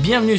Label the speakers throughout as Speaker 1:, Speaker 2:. Speaker 1: Bienvenue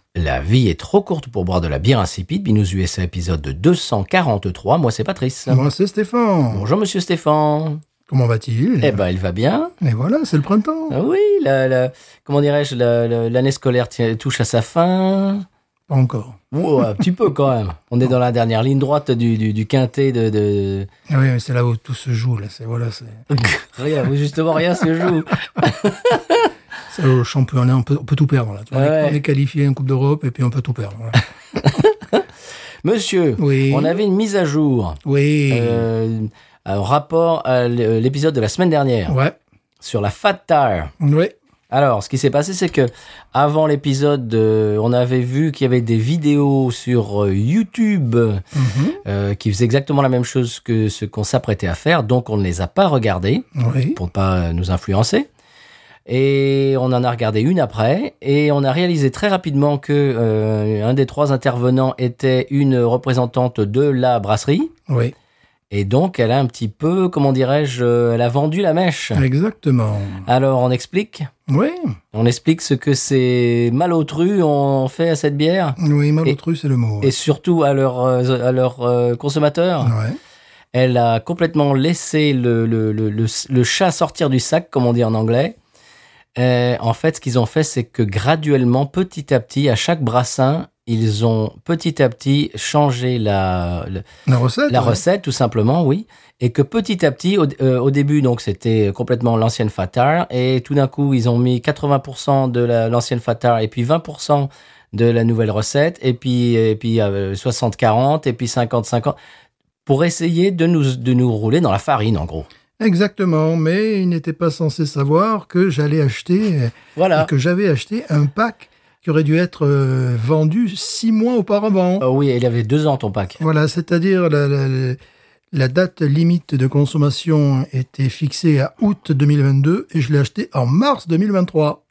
Speaker 1: La vie est trop courte pour boire de la bière insipide. Binous USA épisode 243. Moi, c'est Patrice.
Speaker 2: Moi, c'est Stéphane.
Speaker 1: Bonjour, monsieur Stéphane.
Speaker 2: Comment va-t-il
Speaker 1: Eh ben, il va bien.
Speaker 2: Et voilà, c'est le printemps.
Speaker 1: Ah Oui, la, la- comment dirais-je, la- la- l'année scolaire tient- touche à sa fin.
Speaker 2: Pas encore.
Speaker 1: Wow, euh, un petit peu quand même. On est dans la dernière ligne droite du, du, du quintet de. de...
Speaker 2: Ah oui, mais c'est là où tout se joue. Là. C'est, voilà, c'est,
Speaker 1: rien, oui, justement, rien se joue.
Speaker 2: c'est le championnat. On peut, on peut tout perdre. Là. Tu vois, on,
Speaker 1: Ouais.
Speaker 2: est, on est qualifié en Coupe d'Europe et puis on peut tout perdre. voilà.
Speaker 1: Monsieur,
Speaker 2: Oui.
Speaker 1: on avait une mise à jour
Speaker 2: Oui.
Speaker 1: euh, euh, rapport à l'é- l'épisode de la semaine dernière
Speaker 2: Ouais.
Speaker 1: sur la Fat Tire.
Speaker 2: Oui.
Speaker 1: Alors, ce qui s'est passé, c'est que avant l'épisode, euh, on avait vu qu'il y avait des vidéos sur euh, YouTube
Speaker 2: Mhm.
Speaker 1: euh, qui faisaient exactement la même chose que ce qu'on s'apprêtait à faire, donc on ne les a pas regardées
Speaker 2: Oui.
Speaker 1: pour ne pas euh, nous influencer. Et on en a regardé une après, et on a réalisé très rapidement que euh, un des trois intervenants était une représentante de la brasserie,
Speaker 2: Oui.
Speaker 1: et donc elle a un petit peu, comment dirais-je, euh, elle a vendu la mèche.
Speaker 2: Exactement.
Speaker 1: Alors on explique.
Speaker 2: Oui.
Speaker 1: On explique ce que ces malotrus ont fait à cette bière
Speaker 2: Oui, malotru, c'est le mot.
Speaker 1: et surtout à leurs euh, à leurs euh, consommateurs.
Speaker 2: Ouais.
Speaker 1: Elle a complètement laissé le, le, le, le, le chat sortir du sac, comme on dit en anglais. Euh, en fait, ce qu'ils ont fait, c'est que graduellement, petit à petit, à chaque brassin, ils ont petit à petit changé la, le-
Speaker 2: La recette.
Speaker 1: la
Speaker 2: ouais.
Speaker 1: recette, tout simplement, oui. Et que petit à petit, au, euh, au début, donc c'était complètement l'ancienne Fatar, et tout d'un coup, ils ont mis 80% de la- l'ancienne Fatar, et puis 20% de la nouvelle recette, et puis, et puis euh, 60-40, et puis 50-50, pour essayer de nous, de nous rouler dans la farine, en gros.
Speaker 2: Exactement. Mais il n'était pas censé savoir que j'allais acheter. euh,
Speaker 1: Voilà.
Speaker 2: et que j'avais acheté un pack qui aurait dû être euh, vendu six mois auparavant.
Speaker 1: Oh oui, il avait deux ans, ton pack.
Speaker 2: Voilà, c'est-à-dire la, la- la date limite de consommation était fixée à août 2022 et je l'ai acheté en mars 2023.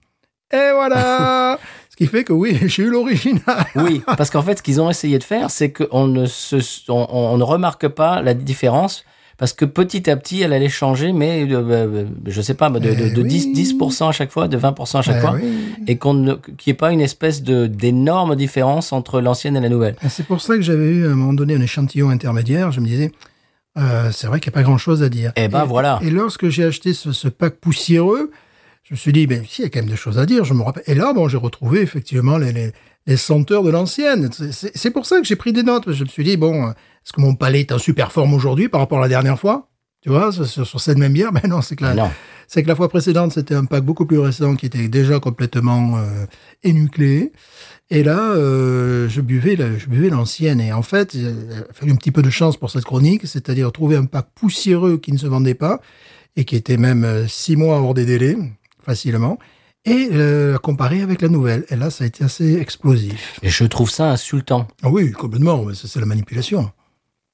Speaker 2: Et voilà Ce qui fait que oui, j'ai eu l'original.
Speaker 1: Oui, parce qu'en fait, ce qu'ils ont essayé de faire, c'est qu'on ne, se- on, on ne remarque pas la différence. Parce que petit à petit, elle allait changer, mais de, euh, je sais pas, de, de,
Speaker 2: Eh
Speaker 1: de 10,
Speaker 2: oui.
Speaker 1: 10% à chaque fois, de 20% à chaque
Speaker 2: Eh
Speaker 1: fois,
Speaker 2: oui.
Speaker 1: et qu'on ne- qu'il n'y ait pas une espèce de d'énorme différence entre l'ancienne et la nouvelle.
Speaker 2: Et C'est pour ça que j'avais eu à un moment donné un échantillon intermédiaire. Je me disais, euh, c'est vrai qu'il n'y a pas grand-chose à dire.
Speaker 1: Eh ben,
Speaker 2: Et-
Speaker 1: voilà.
Speaker 2: Et lorsque j'ai acheté ce, ce pack poussiéreux, je me suis dit, ben, si, il y a quand même des choses à dire, je me rappelle. Et là, bon, j'ai retrouvé effectivement les, les, les senteurs de l'ancienne. C'est- C'est c'est pour ça que j'ai pris des notes. parce que Je me suis dit, bon, est-ce que mon palais est en super forme aujourd'hui par rapport à la dernière fois Tu vois, sur, sur- sur cette même bière Ben non, c'est que, la-
Speaker 1: Non.
Speaker 2: c'est que la fois précédente, c'était un pack beaucoup plus récent qui était déjà complètement euh, énucléé. Et là, euh, je buvais la- je buvais l'ancienne. Et en fait, il a fallu un petit peu de chance pour cette chronique, c'est-à-dire trouver un pack poussiéreux qui ne se vendait pas et qui était même euh, six mois hors des délais, facilement, et euh, comparer avec la nouvelle. Et là, ça a été assez explosif.
Speaker 1: Et je trouve ça insultant.
Speaker 2: Ah oui, complètement, mais ça, c'est la manipulation.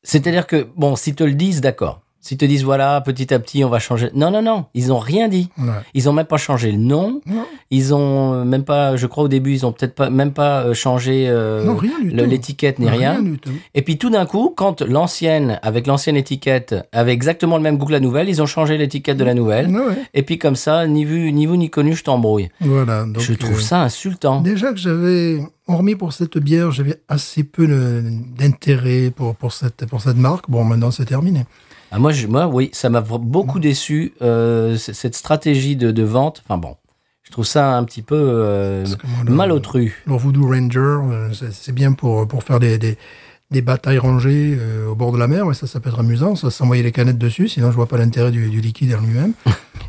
Speaker 1: C'est-à-dire que, bon, s'ils te le disent, d'accord. S'ils te disent, voilà, petit à petit, on va changer. Non, non, non, ils n'ont rien dit.
Speaker 2: Ouais.
Speaker 1: Ils ont même pas changé le nom.
Speaker 2: Non,
Speaker 1: Ils ont euh, même pas, je crois au début, ils ont peut-être pas, même pas euh, changé euh,
Speaker 2: non, rien du
Speaker 1: le-
Speaker 2: tout.
Speaker 1: l'étiquette ni rien.
Speaker 2: du tout.
Speaker 1: Et puis tout d'un coup, quand l'ancienne, avec l'ancienne étiquette, avait exactement le même goût que la nouvelle, ils ont changé l'étiquette de la nouvelle.
Speaker 2: Ouais, ouais.
Speaker 1: Et puis comme ça, ni vu, ni vu ni connu, je t'embrouille.
Speaker 2: Voilà. donc,
Speaker 1: je trouve
Speaker 2: euh,
Speaker 1: ça insultant.
Speaker 2: Déjà que j'avais, hormis pour cette bière, j'avais assez peu de- d'intérêt pour, pour, cette, pour cette marque. Bon, maintenant c'est terminé.
Speaker 1: Ah, moi, je, moi, oui, ça m'a vra-
Speaker 2: Mm.
Speaker 1: beaucoup déçu euh, c- cette stratégie de, de vente. Enfin bon, je trouve ça un petit peu euh,
Speaker 2: Parce que moi, le-
Speaker 1: malotru.
Speaker 2: Le Voodoo Ranger, euh, c'est- c'est bien pour, pour faire des, des, des batailles rangées euh, au bord de la mer. Ouais, ça, ça peut être amusant. Ça, s'envoyer les canettes dessus, sinon je vois pas l'intérêt du, du liquide en lui-même.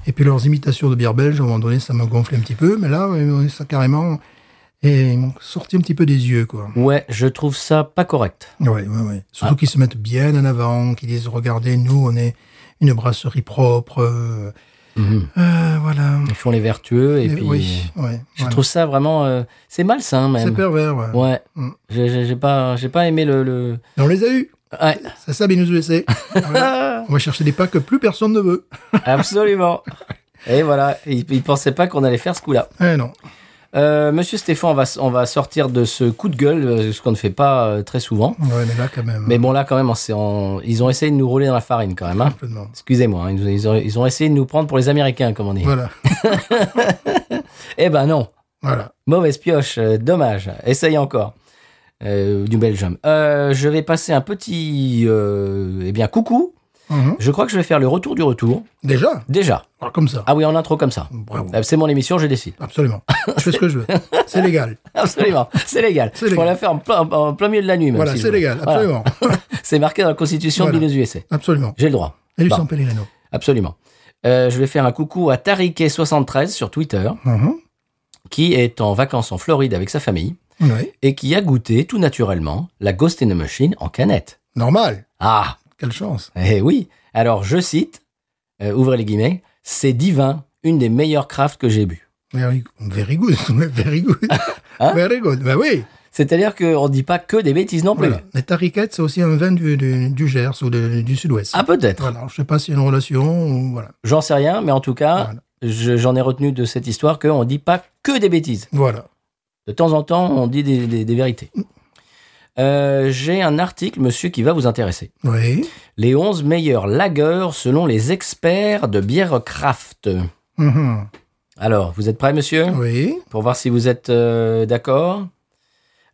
Speaker 2: Et puis leurs imitations de bière belge, à un moment donné, ça m'a gonflé un petit peu. Mais là, ouais, ça carrément, et ils m'ont sorti un petit peu des yeux, quoi.
Speaker 1: Ouais, je trouve ça pas correct.
Speaker 2: Oui, oui, oui. Surtout
Speaker 1: Ah.
Speaker 2: qu'ils se mettent bien en avant, qu'ils disent regardez, nous, on est une brasserie propre. euh,
Speaker 1: Mhm.
Speaker 2: Euh, voilà.
Speaker 1: Ils font les vertueux et
Speaker 2: Et-
Speaker 1: puis. euh,
Speaker 2: oui, ouais,
Speaker 1: Je
Speaker 2: voilà.
Speaker 1: trouve ça vraiment. euh, c'est malsain,
Speaker 2: C'est
Speaker 1: même.
Speaker 2: pervers, ouais.
Speaker 1: Ouais.
Speaker 2: Mm.
Speaker 1: J'ai- J'ai j'ai pas, j'ai pas aimé le. le... ah,
Speaker 2: Et on les a eus.
Speaker 1: Ouais.
Speaker 2: C'est ça, Binous USA. Voilà. On va chercher des pas que plus personne ne veut.
Speaker 1: Absolument. Et voilà. Ils, ils pensaient pas qu'on allait faire ce coup-là.
Speaker 2: Eh non.
Speaker 1: Euh, Monsieur Stéphane, on va, s- on va sortir de ce coup de gueule, euh, ce qu'on ne fait pas euh, très souvent.
Speaker 2: Ouais, mais là, quand même. euh,
Speaker 1: Mais bon, là, quand même, on s'est- on- ils ont essayé de nous rouler dans la farine, quand même. hein.
Speaker 2: Complètement.
Speaker 1: Excusez-moi, hein, ils, ont- ils ont, ils ont essayé de nous prendre pour les Américains, comme on dit.
Speaker 2: Voilà.
Speaker 1: Eh ben non,
Speaker 2: Voilà.
Speaker 1: mauvaise pioche, euh, dommage. Essaye encore. Euh, du Belgium. Euh, je vais passer un petit, euh, eh bien, coucou.
Speaker 2: Mhm.
Speaker 1: Je crois que je vais faire le retour du retour.
Speaker 2: Déjà.
Speaker 1: Déjà.
Speaker 2: Alors, comme ça.
Speaker 1: Ah oui, en intro comme ça.
Speaker 2: Bravo.
Speaker 1: Euh, C'est mon émission, je décide.
Speaker 2: Absolument. Je fais ce que je veux. C'est légal.
Speaker 1: Absolument, c'est légal.
Speaker 2: C'est légal.
Speaker 1: Je pourrais la faire en plein, en plein milieu de la nuit. Même
Speaker 2: Voilà,
Speaker 1: si je
Speaker 2: c'est
Speaker 1: veux.
Speaker 2: légal.
Speaker 1: Voilà.
Speaker 2: Absolument.
Speaker 1: C'est marqué dans la Constitution
Speaker 2: Voilà.
Speaker 1: de Binous USA.
Speaker 2: Absolument.
Speaker 1: J'ai le droit.
Speaker 2: Et du
Speaker 1: Bon.
Speaker 2: San Pellegrino.
Speaker 1: Absolument. Euh, je vais faire un coucou à Tariquet73 sur Twitter,
Speaker 2: Mhm.
Speaker 1: qui est en vacances en Floride avec sa famille
Speaker 2: Oui.
Speaker 1: et qui a goûté tout naturellement la Ghost in the Machine en canette.
Speaker 2: Normal.
Speaker 1: Ah,
Speaker 2: Quelle chance.
Speaker 1: eh oui. Alors, je cite, euh, ouvrez les guillemets, c'est divin, une des meilleures crafts que j'ai bu.
Speaker 2: Very, very good. Very good.
Speaker 1: Hein
Speaker 2: very good. Ben oui.
Speaker 1: C'est-à-dire qu'on ne dit pas que des bêtises non plus.
Speaker 2: Voilà. Mais Tariquette, c'est aussi un vin du, du, du Gers ou de- du Sud-Ouest.
Speaker 1: Ah, peut-être.
Speaker 2: Voilà, je sais pas s'il y a une relation ou voilà.
Speaker 1: J'en sais rien, mais en tout cas,
Speaker 2: Voilà.
Speaker 1: je- j'en ai retenu de cette histoire qu'on ne dit pas que des bêtises.
Speaker 2: Voilà.
Speaker 1: De temps en temps, on dit des, des- des vérités.
Speaker 2: Mm.
Speaker 1: Euh, J'ai un article, monsieur, qui va vous intéresser.
Speaker 2: Oui.
Speaker 1: Les 11 meilleurs lagers selon les experts de bière craft.
Speaker 2: Mhm.
Speaker 1: Alors, vous êtes prêts, monsieur
Speaker 2: Oui.
Speaker 1: Pour voir si vous êtes euh, d'accord.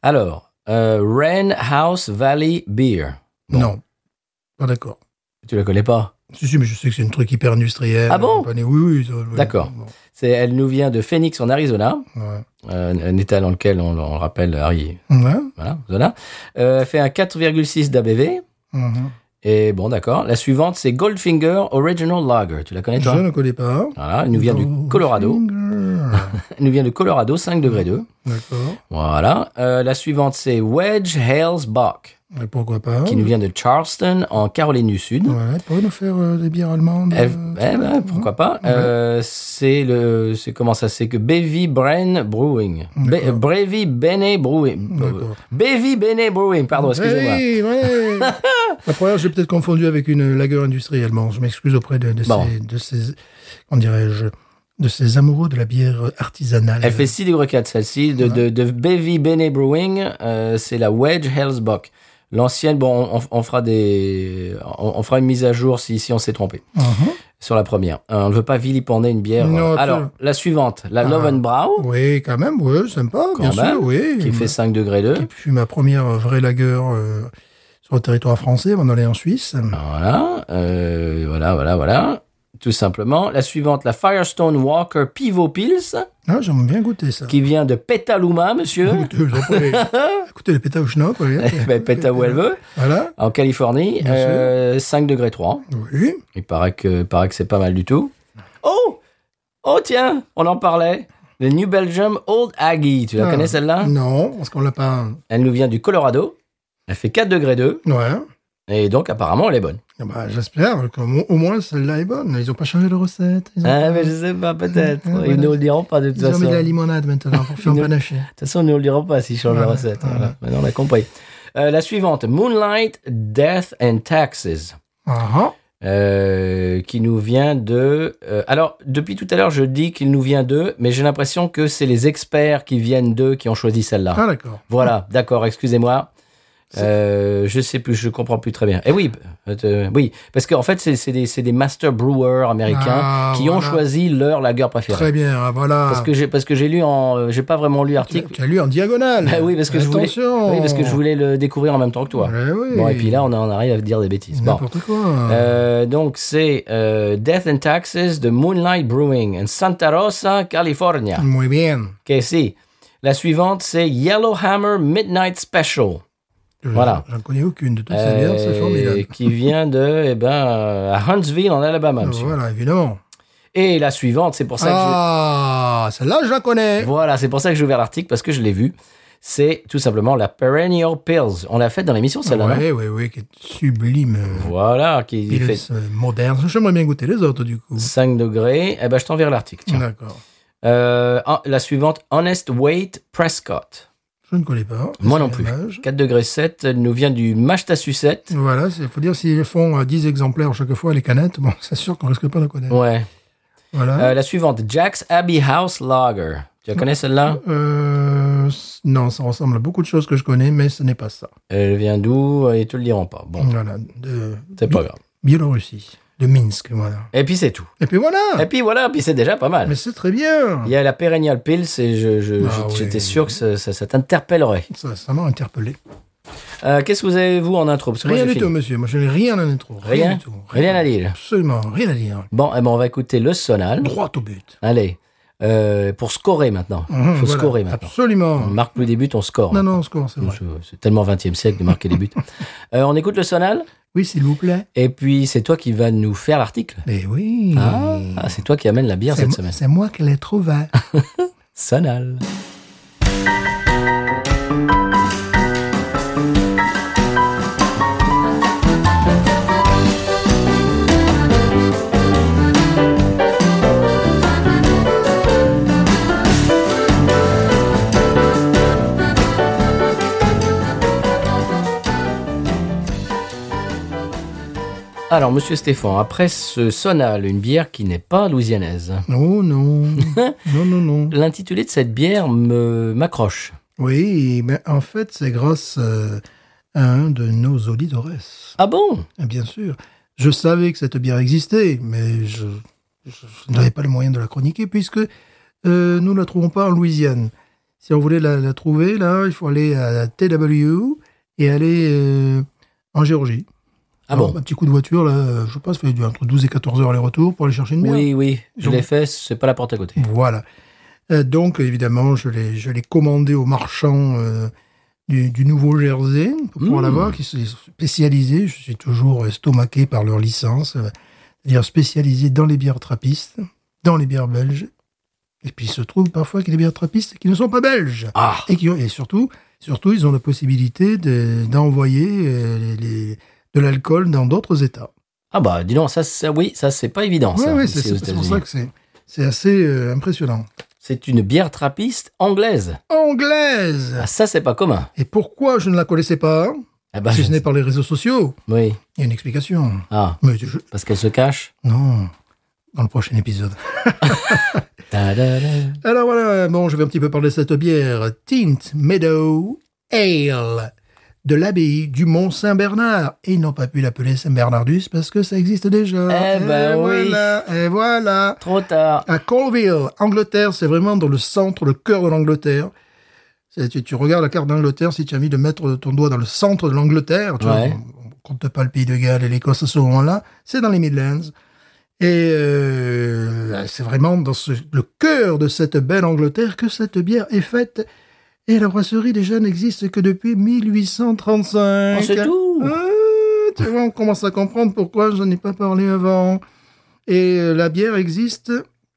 Speaker 1: Alors, euh, Wren House Valley Beer. Bon.
Speaker 2: Non. Pas d'accord.
Speaker 1: Tu la connais pas
Speaker 2: Si, si, mais je sais que c'est un truc hyper industriel.
Speaker 1: Ah bon
Speaker 2: compagnie. Oui, oui. ça, oui.
Speaker 1: D'accord.
Speaker 2: Bon,
Speaker 1: C'est- Elle nous vient de Phoenix, en Arizona,
Speaker 2: ouais.
Speaker 1: euh, un état dans lequel, on, on le rappelle, Harry,
Speaker 2: Ouais.
Speaker 1: voilà, Arizona. Euh, elle fait un 4,6 d'ABV.
Speaker 2: Mhm.
Speaker 1: Et bon, d'accord. La suivante, c'est Goldfinger Original Lager. Tu la connais,
Speaker 2: Je
Speaker 1: toi
Speaker 2: ne connais pas.
Speaker 1: Voilà, elle nous vient du Colorado.
Speaker 2: Finger.
Speaker 1: Elle nous vient du Colorado, 5 degrés 2.
Speaker 2: D'accord.
Speaker 1: Voilà. Euh, la suivante, c'est Wedge Hales Bock,
Speaker 2: Et pourquoi pas
Speaker 1: qui nous vient de Charleston, en Caroline du Sud.
Speaker 2: Ouais, pourrait nous faire euh, des bières allemandes.
Speaker 1: Eh,
Speaker 2: euh,
Speaker 1: eh ben, pourquoi pas Euh, C'est le, c'est comment ça C'est que Bevy Bren Brewing, Be,
Speaker 2: D'accord.
Speaker 1: Brevi Bene Brewing,
Speaker 2: D'accord.
Speaker 1: Bevy Bene Brewing. Pardon, excusez-moi.
Speaker 2: Oui, oui. La première, j'ai peut-être confondu avec une lagueur industrielle. Bon, je m'excuse auprès de, de,
Speaker 1: Bon.
Speaker 2: ces, de ces, comment dirais-je, de ces amoureux de la bière artisanale.
Speaker 1: Elle fait 6 degrés 4, celle-ci, de, de, de Bevy Bene Brewing, euh, c'est la Wedge Hellsbock. L'ancienne, bon, on, on fera des, on, on fera une mise à jour si, si on s'est trompé
Speaker 2: Mhm.
Speaker 1: sur la première. Euh, on ne veut pas vilipender une bière.
Speaker 2: Non,
Speaker 1: euh, alors,
Speaker 2: absolument.
Speaker 1: la suivante, la
Speaker 2: Ah.
Speaker 1: Lovenbrau,
Speaker 2: Oui, quand même, oui, sympa,
Speaker 1: Quand
Speaker 2: bien
Speaker 1: même,
Speaker 2: sûr, oui.
Speaker 1: qui fait 5 degrés 2.
Speaker 2: Qui fut ma première vraie lagueur euh, sur le territoire français, avant d'aller en Suisse.
Speaker 1: Ah. Voilà, euh, voilà, voilà, voilà. Tout simplement. La suivante, la Firestone Walker Pivot Pils,
Speaker 2: Ah, j'aime bien goûter ça.
Speaker 1: qui vient de Petaluma, monsieur.
Speaker 2: Écoutez, vous en prenez- Écoutez, les pétas au schnock, oui.
Speaker 1: ben, Peta où elle veut,
Speaker 2: Voilà,
Speaker 1: en Californie,
Speaker 2: Bien sûr.
Speaker 1: euh, 5 degrés 3.
Speaker 2: oui.
Speaker 1: Il paraît que, paraît que c'est pas mal du tout. Oh Oh tiens, on en parlait. Le New Belgium Old Aggie. Tu la
Speaker 2: Ah.
Speaker 1: connais celle-là
Speaker 2: Non, parce qu'on l'a pas...
Speaker 1: Elle nous vient du Colorado. Elle fait 4 degrés 2.
Speaker 2: Ouais.
Speaker 1: Et donc apparemment elle est bonne.
Speaker 2: Ah bah, J'espère qu'au mo- au moins celle-là est bonne. Ils n'ont pas changé de recette. Ils ont,
Speaker 1: Ah, mais je sais pas, peut-être.
Speaker 2: Ah,
Speaker 1: Ils
Speaker 2: voilà.
Speaker 1: nous le diront pas de toute
Speaker 2: ils ont mis
Speaker 1: façon.
Speaker 2: de la limonade maintenant pour faire
Speaker 1: Ils ne-
Speaker 2: panaché.
Speaker 1: De toute façon, on ne le dira pas s'il change la
Speaker 2: Voilà,
Speaker 1: recette.
Speaker 2: voilà.
Speaker 1: Voilà. Maintenant, on a compris. Euh, la suivante, Moonlight, Death and Taxes,
Speaker 2: Ah ah.
Speaker 1: euh, qui nous vient de... euh, alors, depuis tout à l'heure, je dis qu'il nous vient d'eux, mais j'ai l'impression que c'est les experts qui viennent d'eux qui ont choisi celle-là.
Speaker 2: Ah, d'accord.
Speaker 1: Voilà, d'accord, excusez-moi.
Speaker 2: C'est-
Speaker 1: Euh, je sais plus, je comprends plus très bien. Et oui, euh, oui, parce qu'en fait, c'est c'est des, c'est des master brewers américains
Speaker 2: Ah,
Speaker 1: qui ont
Speaker 2: voilà.
Speaker 1: choisi leur lager préférée.
Speaker 2: Très bien, ah, voilà.
Speaker 1: Parce que j'ai parce que j'ai lu en, euh, j'ai pas vraiment lu
Speaker 2: tu,
Speaker 1: l'article.
Speaker 2: tu as lu en diagonale.
Speaker 1: Bah oui, parce que je voulais-
Speaker 2: Attention.
Speaker 1: Oui, parce que je voulais le découvrir en même temps que toi.
Speaker 2: Ouais, oui.
Speaker 1: Bon, et puis là, on en arrive à dire des bêtises. Bon.
Speaker 2: N'importe quoi.
Speaker 1: Euh, donc, c'est euh, Death and Taxes de Moonlight Brewing en Santa Rosa, California.
Speaker 2: Muy bien.
Speaker 1: Ok, si. La suivante, c'est Yellowhammer Midnight Special.
Speaker 2: Je-
Speaker 1: Voilà.
Speaker 2: J'en connais aucune de toutes ces bières, c'est
Speaker 1: Euh,
Speaker 2: formidable.
Speaker 1: Qui vient de, eh ben, euh, à Huntsville, en Alabama, monsieur.
Speaker 2: Ah, Voilà, évidemment.
Speaker 1: Et la suivante, c'est pour ça que j'ai-
Speaker 2: Ah, celle-là, je la connais.
Speaker 1: Voilà, c'est pour ça que j'ai ouvert l'article, parce que je l'ai vu. c'est tout simplement la Perennial Pills. On l'a faite dans l'émission, celle-là. non
Speaker 2: Oui, oui, oui, qui est sublime. euh,
Speaker 1: Voilà, qui
Speaker 2: Pils,
Speaker 1: fait
Speaker 2: euh, moderne. J'aimerais bien goûter les autres, du coup.
Speaker 1: 5 degrés. Eh ben, je t'enverrai l'article. tiens.
Speaker 2: D'accord.
Speaker 1: Euh, en- la suivante, Honest Weight Prescott.
Speaker 2: Je ne connais pas.
Speaker 1: Moi
Speaker 2: C'est
Speaker 1: non plus.
Speaker 2: dommage.
Speaker 1: 4 degrés 7 elle nous vient du Massachusetts.
Speaker 2: Voilà, il faut dire s'ils font euh, 10 exemplaires chaque fois les canettes, bon, c'est sûr qu'on risque pas de connaître.
Speaker 1: Ouais.
Speaker 2: Voilà.
Speaker 1: Euh, la suivante, Jack's Abbey House Lager. Tu la connais celle-là
Speaker 2: Euh, c- non, ça ressemble à beaucoup de choses que je connais, mais ce n'est pas ça.
Speaker 1: Elle vient d'où Ils te le diront pas. Bon,
Speaker 2: Voilà, de
Speaker 1: c'est pas grave.
Speaker 2: Biélorussie, de Minsk, voilà.
Speaker 1: Et puis c'est tout.
Speaker 2: Et puis voilà
Speaker 1: Et puis voilà, puis c'est déjà pas mal.
Speaker 2: Mais c'est très bien
Speaker 1: Eh ben. Il y a la Perennial Pills et je- je-
Speaker 2: Ah
Speaker 1: je- j'étais
Speaker 2: oui.
Speaker 1: sûr que ça, ça- ça t'interpellerait.
Speaker 2: Ça ça m'a interpellé.
Speaker 1: Euh, Qu'est-ce que vous avez, vous, en intro Parce que moi,
Speaker 2: Rien
Speaker 1: j'ai
Speaker 2: du
Speaker 1: fini.
Speaker 2: tout, monsieur. Moi, je n'ai rien à intro. Rien,
Speaker 1: Rien
Speaker 2: du tout.
Speaker 1: Rien à dire.
Speaker 2: Absolument rien à dire.
Speaker 1: Bon, eh ben, on va écouter le sonal.
Speaker 2: Droit au but.
Speaker 1: Allez, euh, pour scorer maintenant. Il
Speaker 2: Hum,
Speaker 1: faut
Speaker 2: voilà.
Speaker 1: scorer maintenant. On
Speaker 2: Absolument.
Speaker 1: marque plus des buts, on score.
Speaker 2: Non, non, on score, c'est vrai.
Speaker 1: Je- C'est tellement 20e siècle de marquer des buts. Euh, on écoute le sonal
Speaker 2: Oui, s'il vous plaît.
Speaker 1: et puis c'est toi qui vas nous faire l'article.
Speaker 2: Mais oui.
Speaker 1: Ah, ah, c'est toi qui amène la bière
Speaker 2: C'est
Speaker 1: cette
Speaker 2: mo-
Speaker 1: semaine.
Speaker 2: C'est moi qui l'ai trouvé.
Speaker 1: Sonal. Alors, monsieur Stéphane, après ce sonal, une bière qui n'est pas louisianaise,
Speaker 2: Oh non. non, non, non.
Speaker 1: l'intitulé de cette bière me m'accroche.
Speaker 2: Oui, mais en fait, c'est grâce euh, à un de nos auditeurs.
Speaker 1: Ah bon
Speaker 2: Ah, Bien sûr. Je savais que cette bière existait, mais je, je- je n'avais pas le moyen de la chroniquer puisque euh, nous ne la trouvons pas en Louisiane. Si on voulait la, la trouver, là, il faut aller à TW et aller euh, en Géorgie.
Speaker 1: Ah
Speaker 2: Alors,
Speaker 1: bon
Speaker 2: Un petit coup de voiture, là, je pense, ça fait entre 12 et 14 heures aller-retour pour aller chercher une bière.
Speaker 1: Oui, oui, je
Speaker 2: Donc-
Speaker 1: l'ai fait, c'est pas la porte à côté.
Speaker 2: Voilà. Euh, donc, évidemment, je l'ai, je l'ai commandé au marchand euh, du, du Nouveau-Jersey pour pouvoir
Speaker 1: Mmh.
Speaker 2: l'avoir, qui s'est spécialisé. Je suis toujours estomaqué par leur licence, euh, c'est-à-dire spécialisé dans les bières trappistes, dans les bières belges. Et puis, il se trouve parfois qu'il y a des bières trappistes qui ne sont pas belges.
Speaker 1: Ah
Speaker 2: Et, qui ont- et surtout, surtout, ils ont la possibilité de- d'envoyer euh, les- les- de l'alcool dans d'autres États.
Speaker 1: Ah bah dis donc, ça, ça oui, ça c'est pas évident.
Speaker 2: Oui,
Speaker 1: Ah, ça,
Speaker 2: oui,
Speaker 1: ici
Speaker 2: c'est
Speaker 1: aux
Speaker 2: c'est pour ça
Speaker 1: États-Unis.
Speaker 2: que c'est c'est assez euh, impressionnant.
Speaker 1: C'est une bière trappiste anglaise.
Speaker 2: Anglaise
Speaker 1: Ah, ça c'est pas commun.
Speaker 2: Et pourquoi je ne la connaissais pas
Speaker 1: Ah bah,
Speaker 2: Si
Speaker 1: je-
Speaker 2: ce n'est par les réseaux sociaux,
Speaker 1: Oui.
Speaker 2: il y a une explication.
Speaker 1: Ah,
Speaker 2: Mais je-
Speaker 1: parce qu'elle se cache.
Speaker 2: Non, dans le prochain épisode.
Speaker 1: Ta-da-da.
Speaker 2: Alors voilà, bon, je vais un petit peu parler de cette bière. Tint Meadow Ale de l'abbaye du Mont Saint-Bernard. Et ils n'ont pas pu l'appeler Saint-Bernardus parce que ça existe déjà.
Speaker 1: Eh ben oui.
Speaker 2: voilà, et voilà.
Speaker 1: Trop tard.
Speaker 2: à Colville, Angleterre, c'est vraiment dans le centre, le cœur de l'Angleterre. C'est- Tu, tu regardes la carte d'Angleterre, si tu as envie de mettre ton doigt dans le centre de l'Angleterre, tu vois,
Speaker 1: Ouais.
Speaker 2: on, on compte pas le pays de Galles et l'Écosse à ce moment-là, c'est dans les Midlands. Et euh, c'est vraiment dans ce- le cœur de cette belle Angleterre que cette bière est faite. Et la brasserie déjà n'existe que depuis 1835.
Speaker 1: On se tout.
Speaker 2: Ah, tu vois, on commence à comprendre pourquoi je n'ai pas parlé avant. Et euh, la bière existe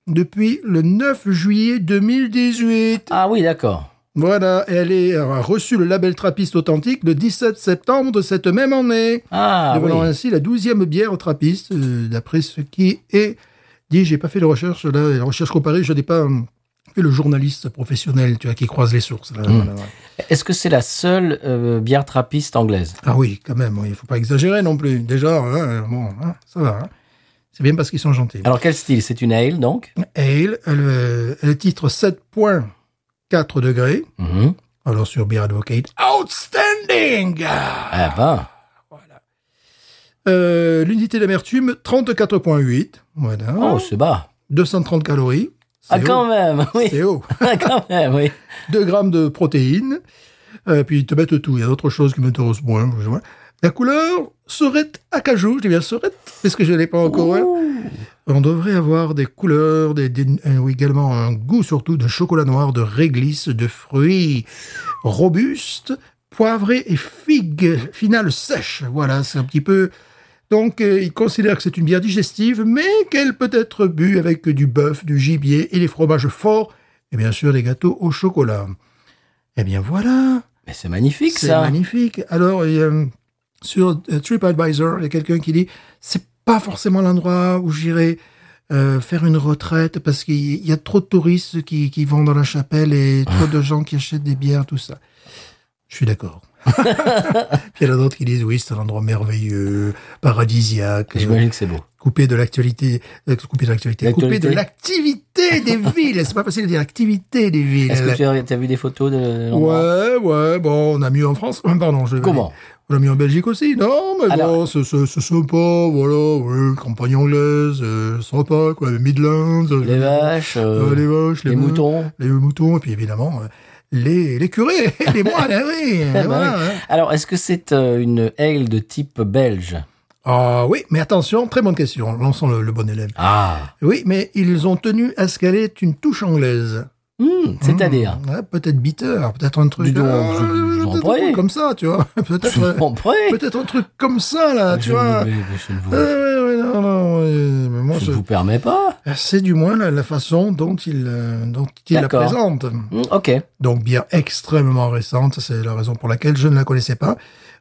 Speaker 2: depuis le 9 juillet 2018.
Speaker 1: Ah oui, d'accord.
Speaker 2: Voilà, elle est, a reçu le label Trappiste authentique le 17 septembre de cette même année.
Speaker 1: Ah
Speaker 2: Devenant
Speaker 1: oui.
Speaker 2: ainsi la 12e bière Trappiste, euh, d'après ce qui est dit. J'ai pas fait de recherche, là, la recherche comparée, je n'ai pas hum, fait le journaliste professionnel, tu vois, qui croise les sources. là.
Speaker 1: Mmh.
Speaker 2: Voilà, voilà.
Speaker 1: Est-ce que c'est la seule euh, bière trappiste anglaise
Speaker 2: Ah oui, quand même, il ne faut pas exagérer non plus. Déjà, hein, bon, hein, ça va. hein. C'est bien parce qu'ils sont gentils.
Speaker 1: Alors quel style C'est une ale donc
Speaker 2: Ale, elle, euh, elle titre 7.4 degrés.
Speaker 1: Mhm.
Speaker 2: Alors sur Beer Advocate, outstanding
Speaker 1: Ah ben,
Speaker 2: Euh, L'unité d'amertume, 34.8. Voilà.
Speaker 1: oh, c'est bas.
Speaker 2: 230 calories.
Speaker 1: Ah
Speaker 2: C'est
Speaker 1: quand
Speaker 2: haut.
Speaker 1: même, oui.
Speaker 2: C'est haut.
Speaker 1: Ah, quand même, oui.
Speaker 2: 2 grammes de protéines. Euh, puis ils te mettent tout. Il y a d'autres choses qui m'intéressent moins. je vois. La couleur serette acajou. Je dis bien serette parce que je ne l'ai pas encore. hein. On devrait avoir des couleurs, des, des- euh, ou également un goût surtout de chocolat noir, de réglisse, de fruits robustes, poivrés et figues finales sèches. Voilà, c'est un petit peu... Donc, euh, il considère que c'est une bière digestive, mais qu'elle peut être bue avec du bœuf, du gibier et des fromages forts, et bien sûr des gâteaux au chocolat. Eh bien voilà,
Speaker 1: Mais c'est magnifique,
Speaker 2: c'est
Speaker 1: ça.
Speaker 2: magnifique. Alors, il y a, euh, sur euh, TripAdvisor, il y a quelqu'un qui dit c'est pas forcément l'endroit où j'irai euh, faire une retraite parce qu'il y a trop de touristes qui, qui vont dans la chapelle et
Speaker 1: Ah.
Speaker 2: trop de gens qui achètent des bières, tout ça. Je suis d'accord. Puis il y en a d'autres qui disent oui, c'est un endroit merveilleux, paradisiaque, euh,
Speaker 1: J'imagine que c'est beau.
Speaker 2: coupé de l'actualité, euh, coupé de l'actualité, coupé de l'activité des villes. C'est pas facile de dire activité des villes.
Speaker 1: Est-ce que tu as, t'as vu des photos de l'endroit
Speaker 2: Ouais, ouais, bon, on a mieux en France. Pardon, je vais
Speaker 1: Comment
Speaker 2: on l'a mis en Belgique aussi. Non, mais
Speaker 1: Alors-
Speaker 2: bon, c'est c'est- c'est sympa, voilà, ouais, campagne anglaise, euh, sympa, quoi, les Midlands. euh,
Speaker 1: Les vaches, euh,
Speaker 2: euh, les vaches,
Speaker 1: les,
Speaker 2: les, mou-
Speaker 1: moutons.
Speaker 2: Les moutons, et puis évidemment, euh, les, les curés, les moines, hein, oui.
Speaker 1: Ah bah
Speaker 2: voilà, hein.
Speaker 1: Alors, est-ce que c'est euh, une aile de type belge
Speaker 2: Ah oui, mais attention, très bonne question, lançons le, le bon élève.
Speaker 1: Ah
Speaker 2: Oui, mais ils ont tenu à ce qu'elle ait une touche anglaise.
Speaker 1: Hmm, C'est-à-dire
Speaker 2: Ouais, Peut-être bitter, peut-être un truc
Speaker 1: Dis donc,
Speaker 2: Ah,
Speaker 1: je- je vous en
Speaker 2: peut-être un
Speaker 1: prie.
Speaker 2: truc comme ça, tu vois.
Speaker 1: Je
Speaker 2: Peut-être
Speaker 1: vous
Speaker 2: euh,
Speaker 1: en prie.
Speaker 2: peut-être un truc comme ça, là, tu
Speaker 1: Je
Speaker 2: vois.
Speaker 1: ne- mais je ne vous-
Speaker 2: Euh, ouais, ouais, non, non, euh, mais moi,
Speaker 1: je ne
Speaker 2: je-
Speaker 1: vous permets pas.
Speaker 2: c'est du moins la, la façon dont il, euh, dont il la
Speaker 1: D'accord.
Speaker 2: présente.
Speaker 1: Hmm, ok.
Speaker 2: Donc, bière extrêmement récente, c'est la raison pour laquelle je ne la connaissais pas.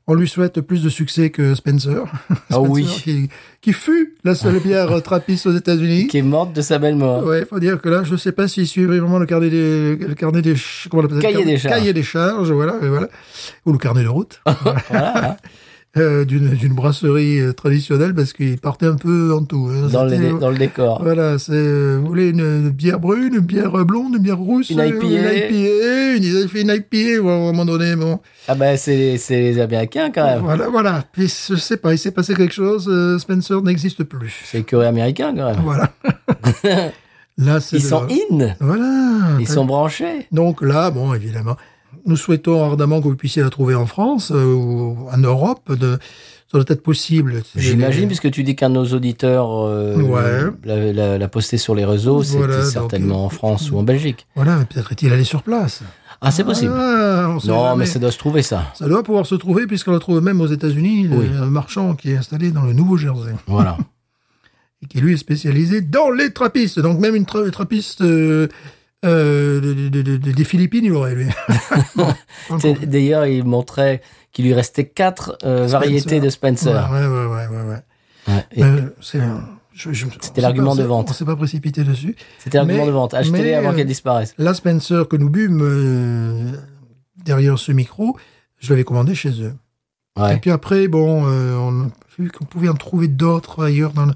Speaker 2: On lui souhaite plus de succès que Spencer.
Speaker 1: Ah oui.
Speaker 2: Spencer Qui, qui fut la seule bière trappiste aux États-Unis.
Speaker 1: Qui est morte de sa belle mort.
Speaker 2: Ouais, faut dire que là, je sais pas s'il suivait vraiment le carnet des, le carnet des, ch- comment on appelle ça
Speaker 1: Cahier
Speaker 2: Le
Speaker 1: des charges.
Speaker 2: Cahier des charges, voilà, et voilà. Ou le carnet de route.
Speaker 1: Voilà, hein.
Speaker 2: Euh, d'une, d'une brasserie euh, traditionnelle parce qu'il partait un peu en tout. hein.
Speaker 1: dans, le
Speaker 2: C'était-
Speaker 1: dé- dans le décor.
Speaker 2: Voilà, c'est, euh, vous voulez une, une bière brune, une bière blonde, une bière rousse,
Speaker 1: Une
Speaker 2: euh,
Speaker 1: IPA.
Speaker 2: une IPA, une, ils fait une IPA, voilà, à un moment donné, bon.
Speaker 1: Ah ben, c'est c'est les Américains, quand même.
Speaker 2: Voilà, voilà. Puis, je sais pas, il s'est passé quelque chose, euh, Spencer n'existe plus.
Speaker 1: C'est les curés américains, quand même.
Speaker 2: Voilà. là, c'est
Speaker 1: Ils
Speaker 2: de-
Speaker 1: sont in.
Speaker 2: Voilà.
Speaker 1: Ils
Speaker 2: T'as-
Speaker 1: sont branchés.
Speaker 2: Donc là, bon, évidemment, nous souhaitons ardemment que vous puissiez la trouver en France euh, ou en Europe. De, ça doit être possible.
Speaker 1: J'imagine, puisque tu dis qu'un de nos auditeurs euh,
Speaker 2: Ouais.
Speaker 1: l'a- l'a l'a posté sur les réseaux,
Speaker 2: Voilà,
Speaker 1: c'était
Speaker 2: donc,
Speaker 1: certainement
Speaker 2: euh,
Speaker 1: en France ou en Belgique.
Speaker 2: Voilà, mais peut-être est-il allé sur place.
Speaker 1: Ah, c'est possible.
Speaker 2: Ah, on sait
Speaker 1: non, mais
Speaker 2: jamais.
Speaker 1: ça doit se trouver, ça.
Speaker 2: Ça doit pouvoir se trouver, puisqu'on la trouve même aux États-Unis,
Speaker 1: Oui.
Speaker 2: un marchand qui est installé dans le Nouveau-Jersey,
Speaker 1: Voilà.
Speaker 2: et qui lui est spécialisé dans les trappistes. Donc même une tra- trappiste euh, euh, de- de- de- de- des Philippines, il aurait, lui. Dans le
Speaker 1: C'est-
Speaker 2: coin.
Speaker 1: D'ailleurs, il montrait qu'il lui restait quatre euh, variétés de Spencer.
Speaker 2: Ouais, ouais, ouais, ouais, ouais.
Speaker 1: Ouais. Et
Speaker 2: Euh, c'est un- je- je- on s'est
Speaker 1: l'argument de
Speaker 2: pas- on s'est-
Speaker 1: vente.
Speaker 2: On s'est pas précipité dessus.
Speaker 1: C'était l'argument
Speaker 2: mais-
Speaker 1: de vente. Achetez-les
Speaker 2: mais,
Speaker 1: avant
Speaker 2: euh,
Speaker 1: qu'elles disparaissent.
Speaker 2: La Spencer que nous bûmes euh, derrière ce micro, je l'avais commandé chez eux. Et
Speaker 1: Ouais.
Speaker 2: puis après, bon, euh, on, j'ai vu qu'on pouvait en trouver d'autres ailleurs. Dans le-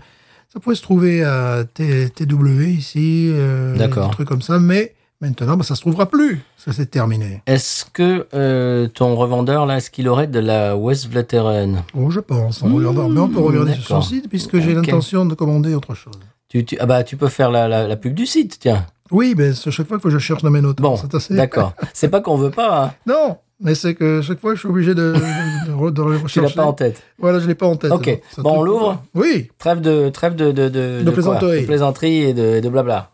Speaker 2: ça pouvait se trouver à T- TW ici, euh,
Speaker 1: D'accord.
Speaker 2: des trucs comme ça. Mais maintenant, bah, ça se trouvera plus. Ça c'est terminé.
Speaker 1: Est-ce que euh, ton revendeur, là, est-ce qu'il aurait de la West Veteran
Speaker 2: Bon, je pense. On
Speaker 1: Mmh,
Speaker 2: regardera- mais on peut regarder sur son
Speaker 1: d'accord.
Speaker 2: site puisque j'ai
Speaker 1: Ok.
Speaker 2: l'intention de commander autre chose.
Speaker 1: tu, tu- ah bah, tu peux faire la, la- la pub du site, tiens.
Speaker 2: Oui, mais c'est à chaque fois qu'il faut que je cherche dans mes notes.
Speaker 1: Bon,
Speaker 2: C'est assez-
Speaker 1: d'accord. C'est pas qu'on veut pas, hein.
Speaker 2: Non, mais c'est que chaque fois, je suis obligé de, de, de re-
Speaker 1: tu
Speaker 2: de
Speaker 1: l'as
Speaker 2: rechercher.
Speaker 1: pas en tête.
Speaker 2: Voilà, je l'ai pas en tête.
Speaker 1: Ok.
Speaker 2: non. C'est un
Speaker 1: Bon, on
Speaker 2: truc-
Speaker 1: l'ouvre
Speaker 2: Oui.
Speaker 1: Trêve de trêve de de de, quoi
Speaker 2: plaisanterie.
Speaker 1: De plaisanterie et de, et de blabla.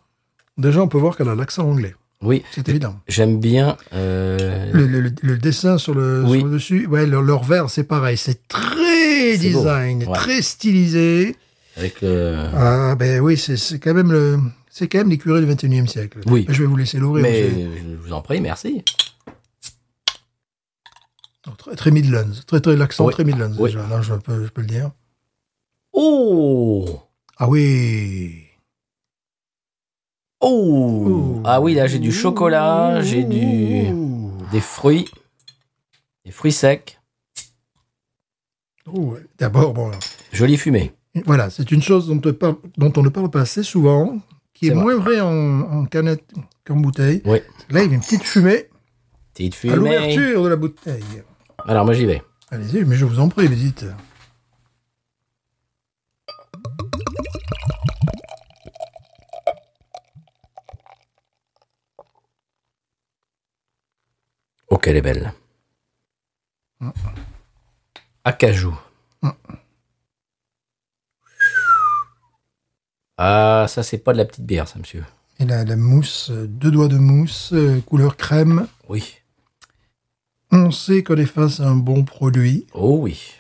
Speaker 2: Déjà, on peut voir qu'elle a l'accent anglais.
Speaker 1: Oui,
Speaker 2: C'est évident.
Speaker 1: j'aime bien. euh,
Speaker 2: Le, le- le- le dessin sur le,
Speaker 1: Oui.
Speaker 2: sur le dessus, ouais, leur, leur vert, c'est pareil. C'est très
Speaker 1: C'est beau.
Speaker 2: design,
Speaker 1: Ouais.
Speaker 2: très stylisé.
Speaker 1: Avec le.
Speaker 2: Ah, ben oui, c'est- c'est quand même le. C'est quand même les curés du 21e siècle.
Speaker 1: Oui.
Speaker 2: Je vais vous laisser l'ouvrir.
Speaker 1: Mais
Speaker 2: monsieur.
Speaker 1: je vous en prie, merci.
Speaker 2: Non, Oh, très, très Midlands. Très, très, l'accent
Speaker 1: Oui.
Speaker 2: très Midlands,
Speaker 1: Oui.
Speaker 2: déjà. Là, je peux, je peux le dire.
Speaker 1: Oh
Speaker 2: Ah oui.
Speaker 1: Oh
Speaker 2: Ouh.
Speaker 1: Ah oui, là j'ai du chocolat, j'ai du
Speaker 2: Ouh.
Speaker 1: des fruits, des fruits secs,
Speaker 2: Ouh, ouais. D'abord, bon, alors,
Speaker 1: jolie fumée.
Speaker 2: Voilà, c'est une chose dont, te par- dont on ne parle pas assez souvent, qui est,
Speaker 1: C'est vrai.
Speaker 2: moins vrai en, en canette qu'en bouteille.
Speaker 1: Oui.
Speaker 2: Là, il y a une petite fumée
Speaker 1: Petite
Speaker 2: à
Speaker 1: fumée.
Speaker 2: l'ouverture de la bouteille.
Speaker 1: Alors moi j'y vais.
Speaker 2: Allez-y, mais je vous en prie, mais dites.
Speaker 1: Ok, elle est belle. Acajou. Ah, ça c'est pas de la petite bière, ça, monsieur.
Speaker 2: Et la, la mousse, euh, deux doigts de mousse, euh, couleur crème.
Speaker 1: Oui.
Speaker 2: On sait qu'on est face à un bon produit.
Speaker 1: Oh oui.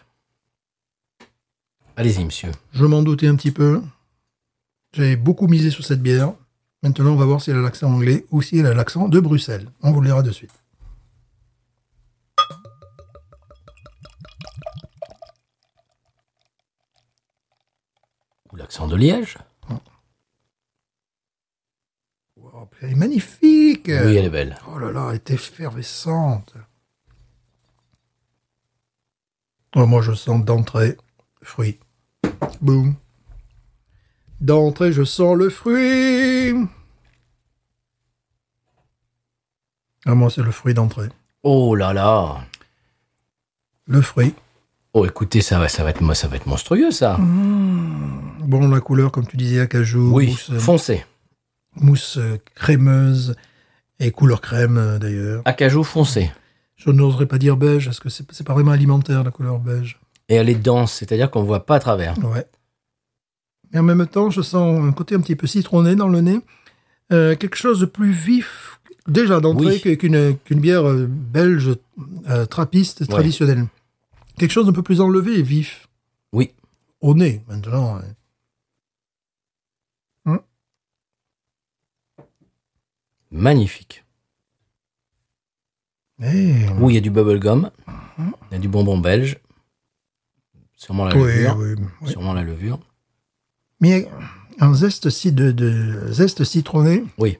Speaker 1: Allez-y, monsieur.
Speaker 2: Je m'en doutais un petit peu. J'avais beaucoup misé sur cette bière. Maintenant, on va voir si elle a l'accent anglais ou si elle a l'accent de Bruxelles. On vous le dira de suite.
Speaker 1: Ou l'accent de Liège.
Speaker 2: Wow, elle est magnifique.
Speaker 1: Oui, elle est belle.
Speaker 2: Oh là là, elle est effervescente. Oh, moi, je sens d'entrée fruit. Boum. D'entrée, je sens le fruit. Ah, moi, c'est le fruit d'entrée.
Speaker 1: Oh là là.
Speaker 2: Le fruit.
Speaker 1: Oh, écoutez, ça va, ça va être, ça va être monstrueux, ça.
Speaker 2: Mmh. Bon, la couleur, comme tu disais, acajou,
Speaker 1: oui,
Speaker 2: mousse,
Speaker 1: foncé.
Speaker 2: mousse crémeuse et couleur crème, euh, d'ailleurs.
Speaker 1: Acajou foncé.
Speaker 2: Je n'oserais pas dire beige, parce que c'est c'est pas vraiment alimentaire, la couleur beige.
Speaker 1: Et elle est dense, c'est-à-dire qu'on voit pas à travers.
Speaker 2: Ouais. Mais en même temps, je sens un côté un petit peu citronné dans le nez. Euh, quelque chose de plus vif, déjà d'entrée,
Speaker 1: Oui.
Speaker 2: que- qu'une qu'une bière euh, belge euh, trappiste traditionnelle. Quelque chose d'un peu plus enlevé et vif.
Speaker 1: Oui.
Speaker 2: Au nez, maintenant. euh, ouais.
Speaker 1: Magnifique.
Speaker 2: Eh,
Speaker 1: Oui, il y a du bubblegum. Il y a du bonbon belge. Sûrement la
Speaker 2: oui,
Speaker 1: levure.
Speaker 2: oui, oui.
Speaker 1: Sûrement la levure.
Speaker 2: Mais un zeste, ci- de, de- zeste citronné
Speaker 1: Oui.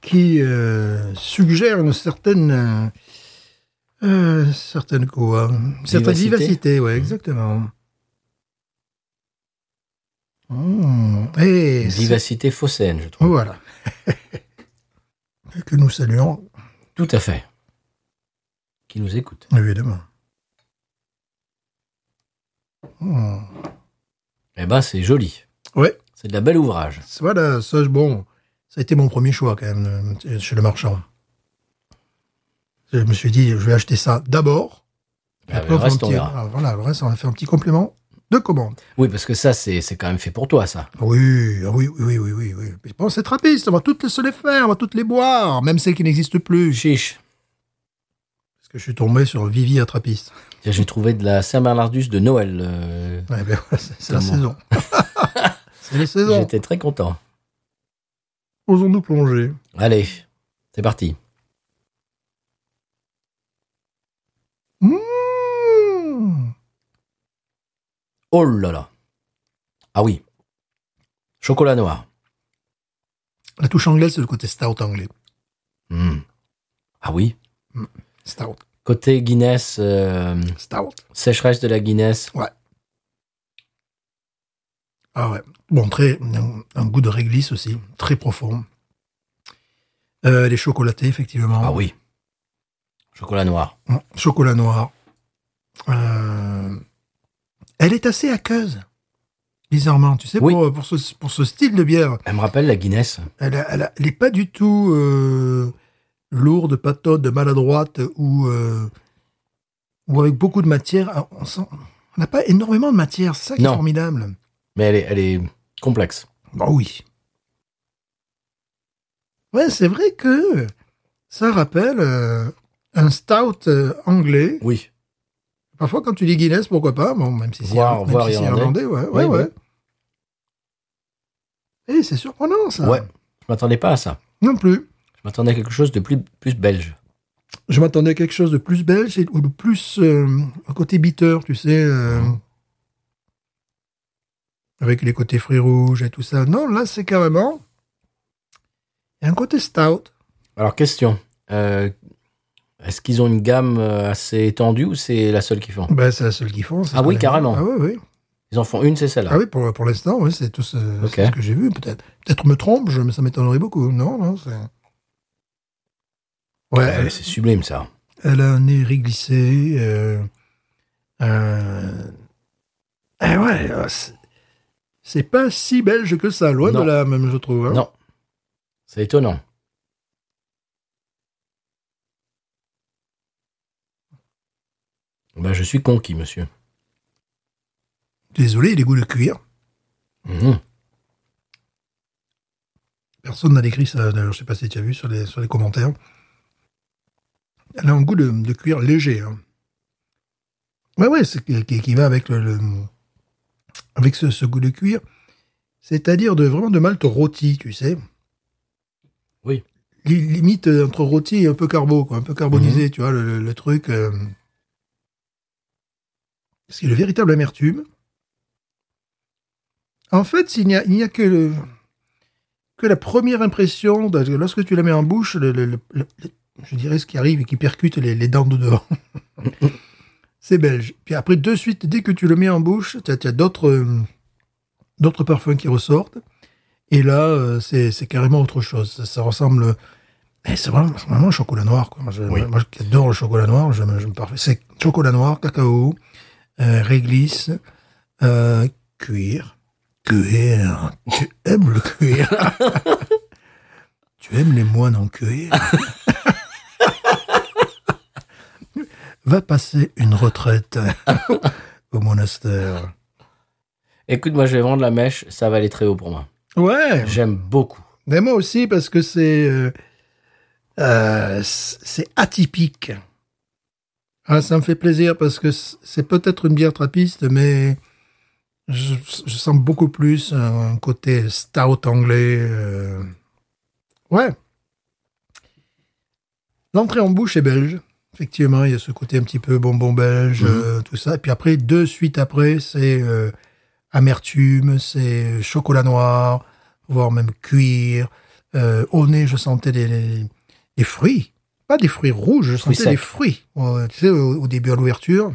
Speaker 2: qui euh, suggère une certaine. euh, euh, certaine quoi hein, Une certaine
Speaker 1: Vivacité.
Speaker 2: vivacité, ouais, exactement. Mmh. Et c'est-
Speaker 1: Vivacité phocéenne, je trouve.
Speaker 2: Voilà. Et que nous saluons,
Speaker 1: Tout à fait. Qui nous écoute.
Speaker 2: évidemment. Mmh.
Speaker 1: Eh ben, c'est joli.
Speaker 2: Ouais.
Speaker 1: C'est de la belle ouvrage.
Speaker 2: Voilà, ça, bon, ça a été mon premier choix quand même euh, chez le marchand. Je me suis dit, je vais acheter ça d'abord.
Speaker 1: Ah,
Speaker 2: après,
Speaker 1: le
Speaker 2: on fait un
Speaker 1: reste, on
Speaker 2: petit-
Speaker 1: verra.
Speaker 2: ah, voilà, le reste, on va faire un petit complément de commande.
Speaker 1: Oui, parce que ça, c'est c'est quand même fait pour toi, ça.
Speaker 2: Oui, ah oui, oui, oui, oui, oui. oui. Mais bon, c'est trappiste, on va toutes les se les faire, on va toutes les boire, même celles qui n'existent plus.
Speaker 1: Chiche.
Speaker 2: Parce que je suis tombé sur Vivi à trappiste.
Speaker 1: Tiens, J'ai trouvé de la Saint-Bernardus de Noël. euh,
Speaker 2: Ouais, ben, voilà, c'est c'est la
Speaker 1: Comment
Speaker 2: saison. c'est la saison.
Speaker 1: J'étais très content.
Speaker 2: Osons-nous plonger.
Speaker 1: Allez, c'est parti.
Speaker 2: Mmh.
Speaker 1: Oh là là. Ah oui. Chocolat noir.
Speaker 2: La touche anglaise, c'est le côté stout anglais.
Speaker 1: Hmm. Ah oui.
Speaker 2: Stout,
Speaker 1: Côté Guinness, euh,
Speaker 2: stout.
Speaker 1: sécheresse de la Guinness.
Speaker 2: Ah ouais. Bon, très, un, un goût de réglisse aussi, très profond. Euh, les chocolatés, effectivement.
Speaker 1: Ah oui. Chocolat noir.
Speaker 2: Mm, Chocolat noir. Euh, elle est assez aqueuse, bizarrement. Tu sais,
Speaker 1: Oui.
Speaker 2: pour, pour, ce, pour ce style de bière,
Speaker 1: Elle me rappelle la Guinness.
Speaker 2: elle a- elle a- elle est pas du tout euh, lourde, pataude, maladroite ou, euh, ou avec beaucoup de matière. Ah, On sent- on n'a pas énormément de matière, c'est ça qui
Speaker 1: Non.
Speaker 2: est formidable.
Speaker 1: Mais elle est, elle est complexe.
Speaker 2: Bah oui. Ouais, c'est vrai que ça rappelle euh, un stout euh, anglais.
Speaker 1: Oui.
Speaker 2: Parfois, quand tu dis Guinness, pourquoi pas Bon, même si c'est
Speaker 1: Voire-
Speaker 2: même
Speaker 1: voire
Speaker 2: si c'est
Speaker 1: irlandais.
Speaker 2: irlandais, ouais,
Speaker 1: Oui,
Speaker 2: ouais, ouais. Eh, c'est surprenant ça.
Speaker 1: Ouais. Je m'attendais pas à ça.
Speaker 2: Non plus.
Speaker 1: Je m'attendais à quelque chose de plus, plus belge.
Speaker 2: Je m'attendais à quelque chose de plus belge et- ou de plus euh, un côté bitter, tu sais, euh, avec les côtés fruits rouges et tout ça. Non, là, c'est carrément il y a un côté stout.
Speaker 1: Alors, question. Euh, Est-ce qu'ils ont une gamme euh, assez étendue ou c'est la seule qu'ils font
Speaker 2: Ben, c'est la seule qu'ils font.
Speaker 1: Ah
Speaker 2: c'est ce
Speaker 1: oui,
Speaker 2: qu'on a
Speaker 1: carrément.
Speaker 2: vu. Ah oui, oui.
Speaker 1: Ils en font une, c'est celle-là.
Speaker 2: Ah oui, pour, pour l'instant, oui, c'est tout ce,
Speaker 1: Ok.
Speaker 2: c'est ce que j'ai vu. Peut-être peut-être me trompe, je, mais ça m'étonnerait beaucoup. Non, non, c'est... Ouais,
Speaker 1: Euh,
Speaker 2: elle,
Speaker 1: c'est sublime, ça.
Speaker 2: elle a un nez réglissé. Euh, euh, eh ouais, euh, c'est, c'est pas si belge que ça, loin
Speaker 1: Non.
Speaker 2: de là même, je trouve. hein.
Speaker 1: Non. C'est étonnant. Ben, je suis conquis, monsieur.
Speaker 2: Désolé, les goûts de cuir.
Speaker 1: Mhm.
Speaker 2: Personne n'a décrit ça, d'ailleurs, je sais pas si tu as vu sur les, sur les commentaires. Elle a un goût de, de cuir léger. hein. Ouais, ouais, c'est qui, qui- qui va avec le, le- avec ce, ce goût de cuir. C'est-à-dire de vraiment de malt rôti, tu sais.
Speaker 1: Oui.
Speaker 2: Li- Limite euh, entre rôti et un peu carbo, quoi, un peu carbonisé, tu vois, le, le- le truc. euh, C'est une véritable amertume. En fait, il n'y a, il n'y a que, le- que la première impression, de- lorsque tu la mets en bouche, le- le- le- le- je dirais ce qui arrive et qui percute les, les dents de devant. C'est belge. Puis après, de suite, dès que tu le mets en bouche, tu as, d'autres euh, d'autres parfums qui ressortent. Et là, euh, c'est c'est carrément autre chose. Ça, ça ressemble. eh, C'est vraiment, c'est vraiment le chocolat noir. Quoi. Moi, je- moi, j'adore le chocolat noir. Je me, je me parfais. C'est chocolat noir, cacao, euh, réglisse, euh, cuir. Cuir. Tu aimes le cuir Tu aimes les moines en cuir Va passer une retraite au monastère.
Speaker 1: Écoute, moi, je vais vendre la mèche. Ça va aller très haut pour moi.
Speaker 2: Ouais,
Speaker 1: J'aime beaucoup.
Speaker 2: mais moi aussi parce que c'est euh, euh, c'est c'est atypique. Ah, ça me fait plaisir parce que c- c'est peut-être une bière trapiste, mais je, je sens beaucoup plus un côté stout anglais. euh. Ouais. L'entrée en bouche est belge. Effectivement, il y a ce côté un petit peu bonbon belge,
Speaker 1: Mhm.
Speaker 2: euh, tout ça. Et puis après, de suite après, c'est euh, amertume, c'est chocolat noir, voire même cuir. Euh, au nez, je sentais des, des- des fruits. Pas des fruits rouges, je
Speaker 1: Fruits
Speaker 2: sentais des
Speaker 1: secs.
Speaker 2: fruits. Ouais, tu sais, au, au début, à l'ouverture.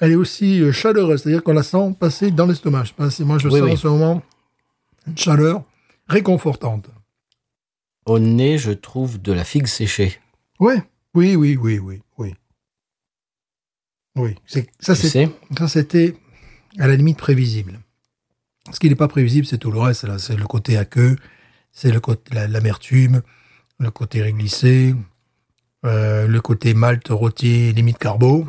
Speaker 2: Elle est aussi euh, chaleureuse, c'est-à-dire qu'on la sent passer dans l'estomac. Je sais pas si moi, je
Speaker 1: Oui,
Speaker 2: sens
Speaker 1: oui.
Speaker 2: en ce moment une chaleur réconfortante.
Speaker 1: Au nez, je trouve de la figue séchée.
Speaker 2: Ouais. Oui, oui, oui, oui, oui. Oui. C'est- Ça,
Speaker 1: Tu
Speaker 2: Ah, c'est
Speaker 1: sais
Speaker 2: Ça, c'était à la limite prévisible. Ce qui n'est pas prévisible, c'est tout le reste. là. C'est le côté aqueux, c'est le côté la- l'amertume, le côté réglissé, euh, le côté malt rôti limite carbo.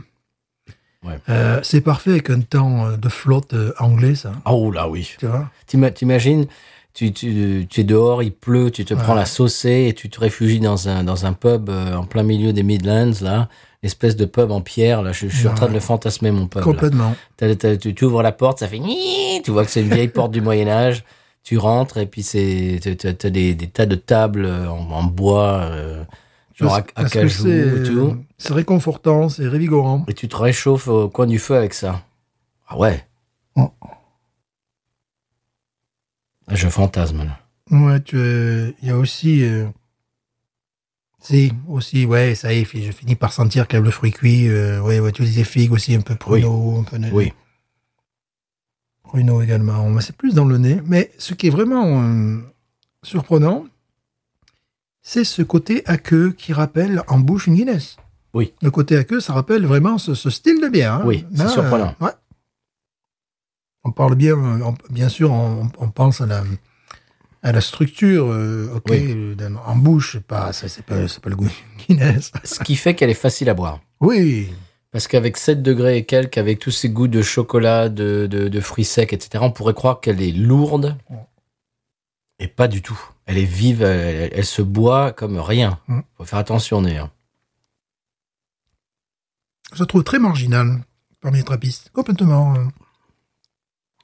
Speaker 1: Ouais.
Speaker 2: Euh, c'est parfait avec un temps euh, de flotte euh, anglais, ça.
Speaker 1: Oh là oui.
Speaker 2: Tu vois
Speaker 1: T'ima- T'imagines, tu, tu, tu es dehors, il pleut, tu te prends la saucée et tu te réfugies dans un, dans un pub euh, en plein milieu des Midlands, là. Espèce de pub en pierre, là. Je, je suis en train de le fantasmer, mon pub. là.
Speaker 2: Complètement.
Speaker 1: T'as- t'as- tu, tu ouvres la porte, ça fait niii tu vois que c'est une vieille porte du Moyen Âge. Tu rentres et puis c'est t'as- t'as t'as des, des tas de tables euh, en, en bois, euh, genre à,
Speaker 2: Parce-
Speaker 1: à
Speaker 2: parce que
Speaker 1: cajou et
Speaker 2: c'est-
Speaker 1: tout.
Speaker 2: C'est réconfortant, c'est révigorant.
Speaker 1: Et tu te réchauffes au coin du feu avec ça. Ah ouais.
Speaker 2: Oh.
Speaker 1: Je fantasme là.
Speaker 2: Ouais, tu, euh, il y a aussi, euh, si, aussi, ouais, ça y est, fi- je finis par sentir quand même le fruit cuit, euh, ouais, ouais, tu disais figue aussi, un peu pruneau, un peu de-
Speaker 1: Oui.
Speaker 2: pruneau également, mais c'est plus dans le nez, mais ce qui est vraiment euh, surprenant, c'est ce côté aqueux qui rappelle en bouche une Guinness.
Speaker 1: Oui.
Speaker 2: Le côté aqueux, ça rappelle vraiment ce, ce style de bière. hein.
Speaker 1: Oui, c'est
Speaker 2: Là,
Speaker 1: surprenant.
Speaker 2: euh, ouais. On parle bien, euh, on- bien sûr, on, on pense à la, à la structure, euh, ok,
Speaker 1: Oui.
Speaker 2: euh, d'un- en bouche, c'est
Speaker 1: Ah,
Speaker 2: pas, ça, c'est pas, c'est pas le goût de Guinness.
Speaker 1: Euh, Ce qui fait qu'elle est facile à boire.
Speaker 2: Oui,
Speaker 1: Parce qu'avec 7 degrés et quelques, avec tous ces goûts de chocolat, de, de, de fruits secs, etc., on pourrait croire qu'elle est lourde. Et pas du tout. Elle est vive, elle, elle- elle se boit comme rien.
Speaker 2: Mm.
Speaker 1: Faut faire attention, nez. hein.
Speaker 2: je la trouve très marginal parmi les trappistes. Complètement, euh,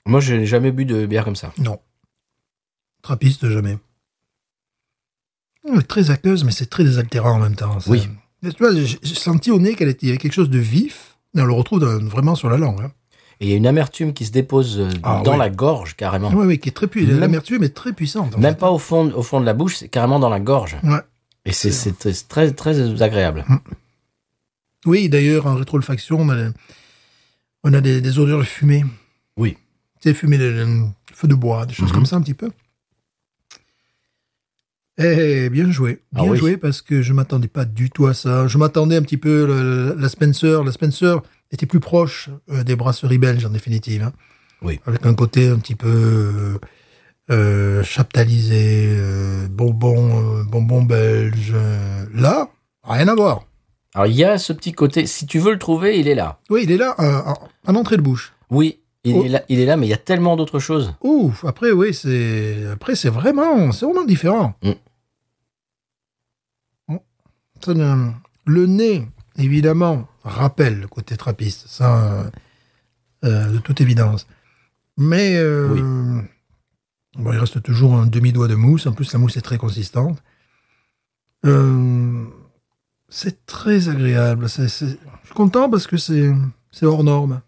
Speaker 1: Moi, je n'ai jamais bu de bière comme ça.
Speaker 2: non. Trappiste, jamais. Elle est Très aqueuse, mais c'est très désaltérant en même temps. ça.
Speaker 1: Oui.
Speaker 2: Mais Tu vois, j'ai j'ai senti au nez qu'elle était, il y avait quelque chose de vif, mais on le retrouve dans- vraiment sur la langue. hein.
Speaker 1: Et il y a une amertume qui se dépose euh,
Speaker 2: Ah,
Speaker 1: dans
Speaker 2: oui.
Speaker 1: la gorge, carrément.
Speaker 2: Oui, oui, qui est très puissante.
Speaker 1: Même-
Speaker 2: L'amertume est très puissante. en
Speaker 1: Même
Speaker 2: fait.
Speaker 1: pas au fond, au fond de la bouche, c'est carrément dans la gorge.
Speaker 2: Ouais.
Speaker 1: Et c'est c'est très, très, très agréable.
Speaker 2: Oui, d'ailleurs, en rétroolfaction, on a, on a des, des odeurs de fumée.
Speaker 1: Oui.
Speaker 2: Tu sais, fumée de, de- feu de bois, des choses
Speaker 1: Mhm.
Speaker 2: comme ça, un petit peu. Eh, bien joué.
Speaker 1: Ah
Speaker 2: Bien
Speaker 1: oui.
Speaker 2: joué, parce que je m'attendais pas du tout à ça. Je m'attendais un petit peu, le- la Spencer, la Spencer était plus proche euh, des brasseries belges, en définitive. hein.
Speaker 1: Oui.
Speaker 2: Avec un côté un petit peu euh, euh, chaptalisé, euh, bonbon, euh, bonbon belge. euh. Là, rien à voir.
Speaker 1: Alors, il y a ce petit côté, si tu veux le trouver, il est là.
Speaker 2: Oui, il est là, euh, en- en entrée de bouche.
Speaker 1: Oui, il,
Speaker 2: Oh.
Speaker 1: est, là, il est là, mais il y a tellement d'autres choses.
Speaker 2: Ouf, après, oui, c'est. Après, c'est vraiment. C'est vraiment différent.
Speaker 1: Mm.
Speaker 2: Mm. Ça, Le, le nez, évidemment, rappelle le côté trappiste. Ça, euh, euh, de toute évidence. Mais. euh,
Speaker 1: Oui.
Speaker 2: bon, il reste toujours un demi-doigt de mousse. En plus, la mousse est très consistante. Euh, c'est très agréable. C'est- c'est- Je suis content parce que c'est c'est hors norme.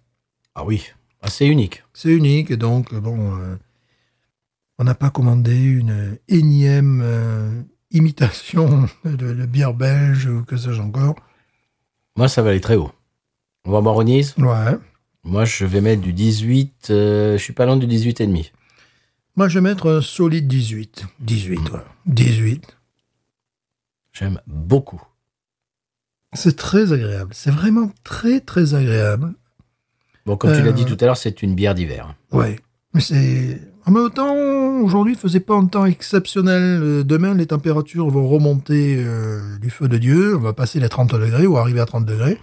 Speaker 1: Ah oui. assez unique.
Speaker 2: C'est unique, donc bon, euh, on n'a pas commandé une énième euh, imitation de, de bière belge ou que sais-je encore.
Speaker 1: Moi, ça va aller très haut. On va boire au Nice.
Speaker 2: Ouais.
Speaker 1: Moi, je vais mettre du 18. euh, je suis pas loin du 18,5.
Speaker 2: Moi, je vais mettre un solide Mmh. 18. 18, ouais. 18.
Speaker 1: J'aime beaucoup.
Speaker 2: C'est très agréable. C'est vraiment très, très agréable.
Speaker 1: Bon, comme tu l'as dit
Speaker 2: Euh.
Speaker 1: tout à l'heure, c'est une bière d'hiver.
Speaker 2: Ouais. Mais c'est. En même temps, aujourd'hui, il faisait pas un temps exceptionnel. Euh, Demain, les températures vont remonter euh, du feu de Dieu. On va passer les 30 degrés ou arriver à 30 degrés.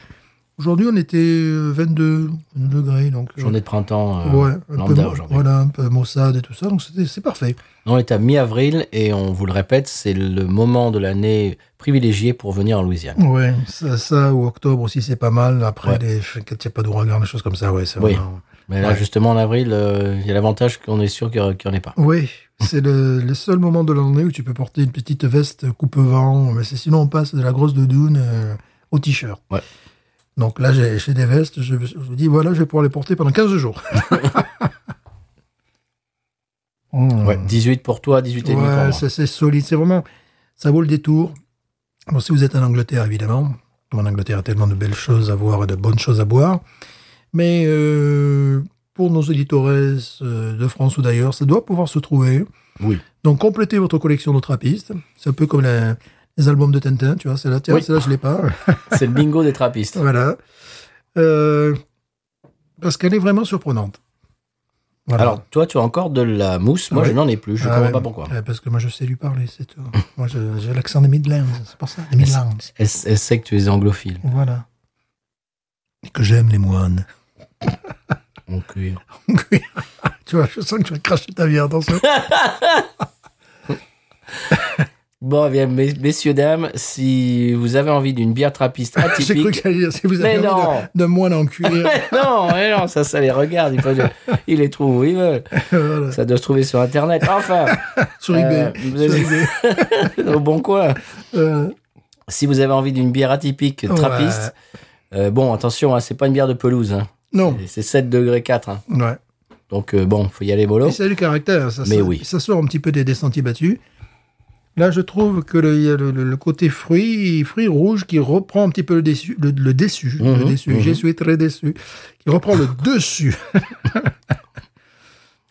Speaker 2: Aujourd'hui, on était euh, 22, 22 degrés. Donc, euh,
Speaker 1: Journée de printemps euh,
Speaker 2: ouais, un peu,
Speaker 1: lambda
Speaker 2: mo-
Speaker 1: aujourd'hui.
Speaker 2: voilà, un peu maussade et tout ça. Donc, c'était- c'est parfait.
Speaker 1: On est à mi-avril et on vous le répète, c'est le moment de l'année privilégié pour venir en Louisiane.
Speaker 2: Ouais, ça, ça, ou octobre aussi, c'est pas mal. Après,
Speaker 1: Ouais.
Speaker 2: les, quand il n'y a pas d'ouragan, des choses comme ça, ouais, c'est
Speaker 1: Oui.
Speaker 2: vraiment-
Speaker 1: Mais là,
Speaker 2: Ouais.
Speaker 1: justement, en avril, euh, il y a l'avantage qu'on est sûr qu'il n'y en ait pas.
Speaker 2: Oui, c'est le, le seul moment de l'année où tu peux porter une petite veste coupe-vent. Mais c'est- sinon, on passe de la grosse doudoune euh, au t-shirt.
Speaker 1: Ouais.
Speaker 2: Donc là, j'ai j'ai des vestes. Je, me- je me dis, voilà, je vais pouvoir les porter pendant 15 jours. Mmh.
Speaker 1: Ouais, 18 pour toi, 18 et demi pour
Speaker 2: Ouais,
Speaker 1: moi.
Speaker 2: c'est c'est solide. C'est vraiment. Ça vaut le détour. Bon, si vous êtes en Angleterre, évidemment. En Angleterre, il y a tellement de belles choses à voir et de bonnes choses à boire. Mais euh, pour nos auditeurs de France ou d'ailleurs, ça doit pouvoir se trouver.
Speaker 1: Oui.
Speaker 2: Donc, complétez votre collection de trappistes. C'est un peu comme la- les albums de Tintin, tu vois. C'est là, tiens,
Speaker 1: Oui.
Speaker 2: celle-là, je l'ai pas.
Speaker 1: C'est le bingo des trappistes.
Speaker 2: voilà. Euh, parce qu'elle est vraiment surprenante. Voilà.
Speaker 1: Alors, toi, tu as encore de la mousse. Moi,
Speaker 2: Ouais.
Speaker 1: je n'en ai plus. Je ne
Speaker 2: Ah
Speaker 1: comprends
Speaker 2: ouais,
Speaker 1: pas pourquoi.
Speaker 2: ouais, parce que moi, je sais lui parler, c'est tout. moi, je- j'ai l'accent des Midlands, c'est pour ça. Des Midlands.
Speaker 1: Elle, elle sait que tu es anglophile.
Speaker 2: Voilà. Et que j'aime les moines.
Speaker 1: Mon cuir.
Speaker 2: tu vois, je sens que tu vas cracher ta bière dans ce.
Speaker 1: Bon, eh bien, mes- messieurs, dames, si vous avez envie d'une bière trappiste
Speaker 2: J'ai cru que
Speaker 1: atypique.
Speaker 2: j'allais dire, si vous
Speaker 1: Mais
Speaker 2: avez envie
Speaker 1: non.
Speaker 2: de, de moine en cuir.
Speaker 1: Mais non, mais non, ça, ça les regarde. Ils, peuvent- ils les trouvent où ils veulent.
Speaker 2: euh, voilà.
Speaker 1: Ça doit se trouver sur Internet. Enfin,
Speaker 2: Sur
Speaker 1: Euh,
Speaker 2: eBay.
Speaker 1: vous avez-
Speaker 2: Sur eBay.
Speaker 1: au bon coin.
Speaker 2: Euh,
Speaker 1: Si vous avez envie d'une bière atypique trappiste, euh, bon, attention, hein, c'est pas une bière de pelouse. hein.
Speaker 2: non.
Speaker 1: Et C'est 7 degrés 4. hein.
Speaker 2: Ouais.
Speaker 1: Donc, euh, bon, faut y aller mollo.
Speaker 2: Mais ça a du caractère. Ça,
Speaker 1: Mais
Speaker 2: ça-
Speaker 1: oui.
Speaker 2: ça sort un petit peu des, des sentiers battus. Là, je trouve que le, il y a le, le- le côté fruit, fruit rouge qui reprend un petit peu le déçu. Le, le déçu. le
Speaker 1: Mhm,
Speaker 2: déçu.
Speaker 1: mhm.
Speaker 2: Je suis très déçu. Qui reprend le dessus.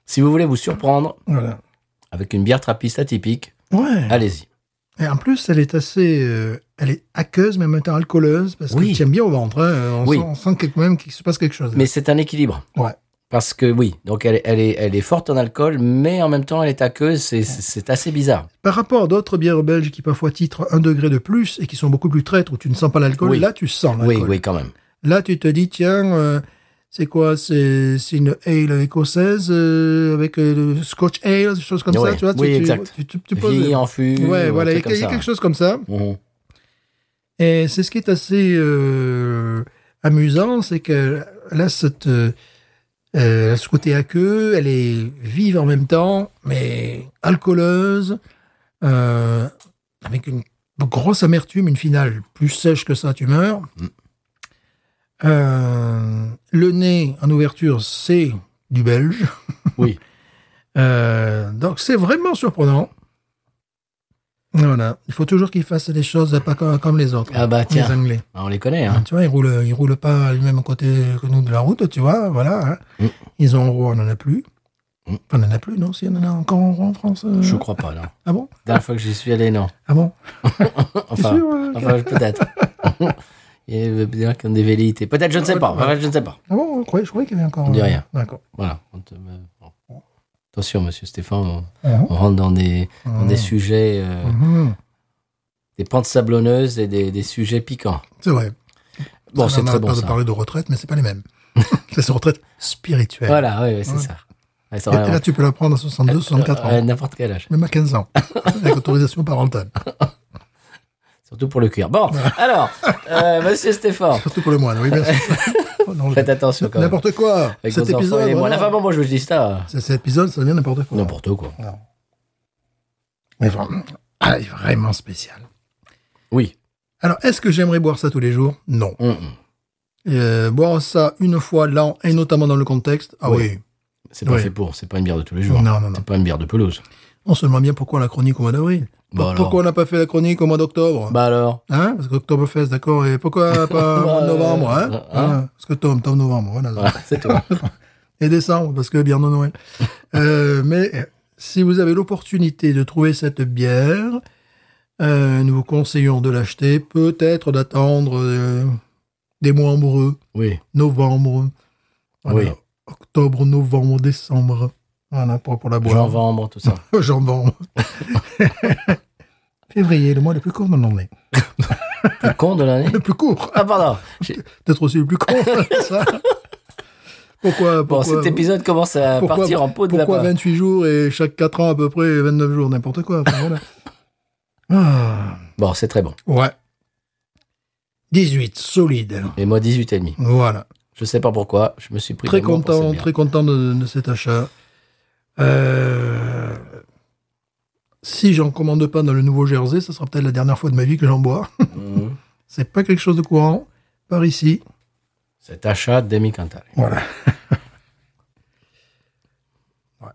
Speaker 1: Si vous voulez vous surprendre
Speaker 2: Voilà.
Speaker 1: avec une bière trappiste atypique,
Speaker 2: Ouais.
Speaker 1: allez-y.
Speaker 2: Et en plus, elle est assez. euh, elle est aqueuse, mais en même temps alcooleuse, parce
Speaker 1: Oui.
Speaker 2: que tu aimes bien au ventre. hein. On,
Speaker 1: Oui.
Speaker 2: sent, on sent quelque- même qu'il se passe quelque chose.
Speaker 1: Mais c'est un équilibre.
Speaker 2: Ouais.
Speaker 1: Parce que oui, donc elle, est- elle, est, elle est forte en alcool, mais en même temps elle est aqueuse, c'est- c'est c'est assez bizarre.
Speaker 2: Par rapport à d'autres bières belges qui parfois titrent un degré de plus et qui sont beaucoup plus traîtres, où tu ne sens pas l'alcool,
Speaker 1: Oui.
Speaker 2: là, tu sens
Speaker 1: Oui,
Speaker 2: l'alcool.
Speaker 1: oui, quand même.
Speaker 2: Là, tu te dis, tiens, euh, c'est quoi C'est c'est une ale écossaise euh, avec euh, le scotch ale, des choses comme
Speaker 1: Ouais.
Speaker 2: ça, tu vois
Speaker 1: Oui,
Speaker 2: tu, tu-
Speaker 1: exact.
Speaker 2: Tu, tu- tu poses-
Speaker 1: Vie en fût.
Speaker 2: Ouais,
Speaker 1: ou
Speaker 2: voilà,
Speaker 1: un
Speaker 2: il y,
Speaker 1: truc
Speaker 2: a- il y a
Speaker 1: comme
Speaker 2: quelque chose comme ça.
Speaker 1: ça. Mhm.
Speaker 2: Et c'est ce qui est assez euh, amusant, c'est que là, cette, euh, euh, ce côté aqueux, elle est vive en même temps, mais alcooleuse, euh, avec une grosse amertume, une finale plus sèche que ça, tu meurs.
Speaker 1: Mm.
Speaker 2: Euh, le nez en ouverture, c'est du belge.
Speaker 1: Oui.
Speaker 2: Euh, donc c'est vraiment surprenant. Voilà, il faut toujours qu'ils fassent des choses pas comme, comme les autres.
Speaker 1: Ah bah, tiens.
Speaker 2: Les Anglais.
Speaker 1: Ah, on les connaît.
Speaker 2: Hein,
Speaker 1: Hein.
Speaker 2: Tu vois, ils roulent, ils roulent pas du même côté que nous de la route, tu vois, voilà. hein.
Speaker 1: Mm.
Speaker 2: Ils ont en rond, on n'en a plus.
Speaker 1: Mm.
Speaker 2: Enfin, on n'en a plus, non Si on en a encore en rond en France euh,
Speaker 1: Je crois pas, non. La
Speaker 2: Ah bon
Speaker 1: dernière fois que j'y suis allé, non.
Speaker 2: Ah bon T'es
Speaker 1: Enfin,
Speaker 2: sûr, euh,
Speaker 1: enfin peut-être. Et euh, bien qu'on des velléités. Peut-être, je ne sais pas. Enfin, je ne sais pas.
Speaker 2: Ah bon on croyait- Je croyais qu'il y avait encore...
Speaker 1: On dit
Speaker 2: euh,
Speaker 1: rien.
Speaker 2: D'accord.
Speaker 1: Voilà. On te- euh, bon. Attention, monsieur Stéphane, on,
Speaker 2: Mhm.
Speaker 1: on rentre dans des, dans des
Speaker 2: Mhm.
Speaker 1: sujets, euh,
Speaker 2: Mhm.
Speaker 1: des pentes sablonneuses et des, des sujets piquants.
Speaker 2: C'est vrai.
Speaker 1: Bon, c'est très
Speaker 2: on n'arrête
Speaker 1: bon
Speaker 2: pas de
Speaker 1: ça.
Speaker 2: parler de retraite, mais c'est pas les mêmes. c'est une retraite spirituelle.
Speaker 1: Voilà, oui, oui, c'est
Speaker 2: Ouais.
Speaker 1: ça. Ouais, ça
Speaker 2: Et
Speaker 1: aurait-
Speaker 2: là, tu peux la prendre à 62, 64
Speaker 1: Euh,
Speaker 2: ans.
Speaker 1: N'importe quel âge.
Speaker 2: Même à 15 ans. avec autorisation parentale.
Speaker 1: Surtout pour le cuir. Bon, alors, euh, monsieur Stéphane,
Speaker 2: Surtout pour le moine, oui, bien sûr. Oh, non, je-
Speaker 1: faites attention quand même.
Speaker 2: N'importe quoi
Speaker 1: Avec vos
Speaker 2: Cet
Speaker 1: enfants
Speaker 2: épisode,
Speaker 1: et les moines.
Speaker 2: voilà.
Speaker 1: Enfin, bon, moi, je vous dis ça. euh,
Speaker 2: C'est- Cet épisode, ça devient n'importe quoi.
Speaker 1: N'importe quoi.
Speaker 2: Mais vraiment, ah, il est vraiment spécial.
Speaker 1: Oui.
Speaker 2: Alors, est-ce que j'aimerais boire ça tous les jours Non.
Speaker 1: Mm, mm.
Speaker 2: Euh, boire ça une fois l'an, et notamment dans le contexte, ah
Speaker 1: Oui.
Speaker 2: oui.
Speaker 1: C'est pas
Speaker 2: Ouais.
Speaker 1: fait pour, c'est pas une bière de tous les jours.
Speaker 2: Non, non, non.
Speaker 1: C'est pas une bière de pelouse.
Speaker 2: on se demande bien pourquoi la chronique au mois d'avril.
Speaker 1: Bah alors.
Speaker 2: pourquoi on n'a pas fait la chronique au mois d'octobre
Speaker 1: Bah alors,
Speaker 2: Hein Parce qu'Octoberfest, d'accord, et pourquoi pas au mois de novembre hein
Speaker 1: Hein
Speaker 2: Voilà. Parce que Tom, Tom novembre, voilà.
Speaker 1: voilà, c'est toi.
Speaker 2: Et décembre, parce que bière de Noël. Euh, mais si vous avez l'opportunité de trouver cette bière, euh, nous vous conseillons de l'acheter, peut-être d'attendre euh, des mois amoureux,
Speaker 1: Oui.
Speaker 2: novembre, voilà.
Speaker 1: Oui.
Speaker 2: octobre, novembre, décembre. Voilà, pour, pour la boire.
Speaker 1: Novembre, tout ça.
Speaker 2: Jambon. Février, le mois le plus court de l'année.
Speaker 1: Plus con de l'année.
Speaker 2: Le plus court.
Speaker 1: Ah pardon. J'ai-
Speaker 2: Peut-être aussi le plus court. ça. Pourquoi,
Speaker 1: Bon,
Speaker 2: pourquoi
Speaker 1: cet épisode commence à
Speaker 2: pourquoi-
Speaker 1: partir en peau de la
Speaker 2: Pourquoi 28 jours et chaque 4 ans à peu près 29 jours, n'importe quoi. enfin, voilà. Ah,
Speaker 1: Bon, c'est très bon.
Speaker 2: ouais. 18, solide.
Speaker 1: Et moi, 18 et demi.
Speaker 2: Voilà.
Speaker 1: Je sais pas pourquoi. Je me suis pris
Speaker 2: Très
Speaker 1: d'amour pour cette
Speaker 2: content,
Speaker 1: bière.
Speaker 2: très content de, de cet achat. Euh, si j'en commande pas dans le Nouveau-Jersey, ça sera peut-être la dernière fois de ma vie que j'en bois.
Speaker 1: Mhm.
Speaker 2: C'est pas quelque chose de courant par ici.
Speaker 1: Cet achat d'Amy Cantal.
Speaker 2: Voilà. Ouais.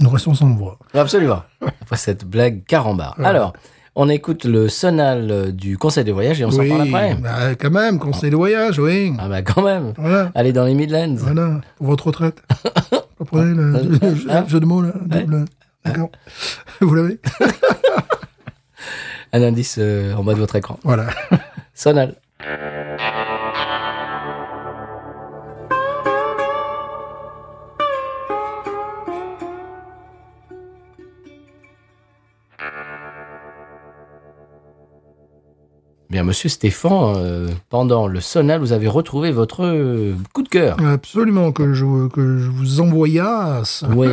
Speaker 2: Nous restons sans voix.
Speaker 1: Absolument. Après cette blague carambar.
Speaker 2: Ouais.
Speaker 1: Alors, on écoute le sonal euh, du conseil de voyage et on s'en
Speaker 2: oui,
Speaker 1: parle après.
Speaker 2: bah, quand même, conseil de voyage, oui.
Speaker 1: Ah bah quand même.
Speaker 2: Voilà,
Speaker 1: Allez dans les Midlands.
Speaker 2: voilà, pour votre retraite. Vous comprenez le, le jeu,
Speaker 1: Hein
Speaker 2: jeu de mots, là, double. D'accord. Vous l'avez
Speaker 1: Un indice euh, en bas de votre écran.
Speaker 2: Voilà.
Speaker 1: Sonal. Bien, monsieur Stéphane, euh, pendant le sonal, vous avez retrouvé votre euh, coup de cœur.
Speaker 2: Absolument, que je, que je vous envoyasse.
Speaker 1: Oui,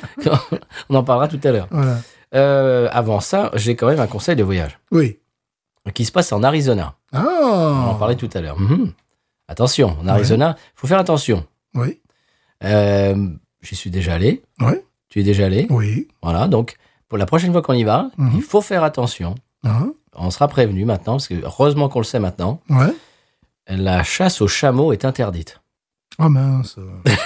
Speaker 1: on en parlera tout à l'heure.
Speaker 2: Voilà.
Speaker 1: Euh, avant ça, j'ai quand même un conseil de voyage
Speaker 2: Oui.
Speaker 1: qui se passe en Arizona. On
Speaker 2: Ah
Speaker 1: en parlait tout à l'heure. Mhm. Attention, en Arizona, faut faire attention.
Speaker 2: Oui.
Speaker 1: Euh, J'y suis déjà allé.
Speaker 2: Ouais.
Speaker 1: Tu es déjà allé.
Speaker 2: Oui.
Speaker 1: Voilà, donc pour la prochaine fois qu'on y va,
Speaker 2: Mhm.
Speaker 1: il faut faire attention.
Speaker 2: Hein
Speaker 1: On sera prévenu maintenant, parce que heureusement qu'on le sait maintenant.
Speaker 2: Ouais.
Speaker 1: La chasse aux chameaux est interdite.
Speaker 2: Ah mince.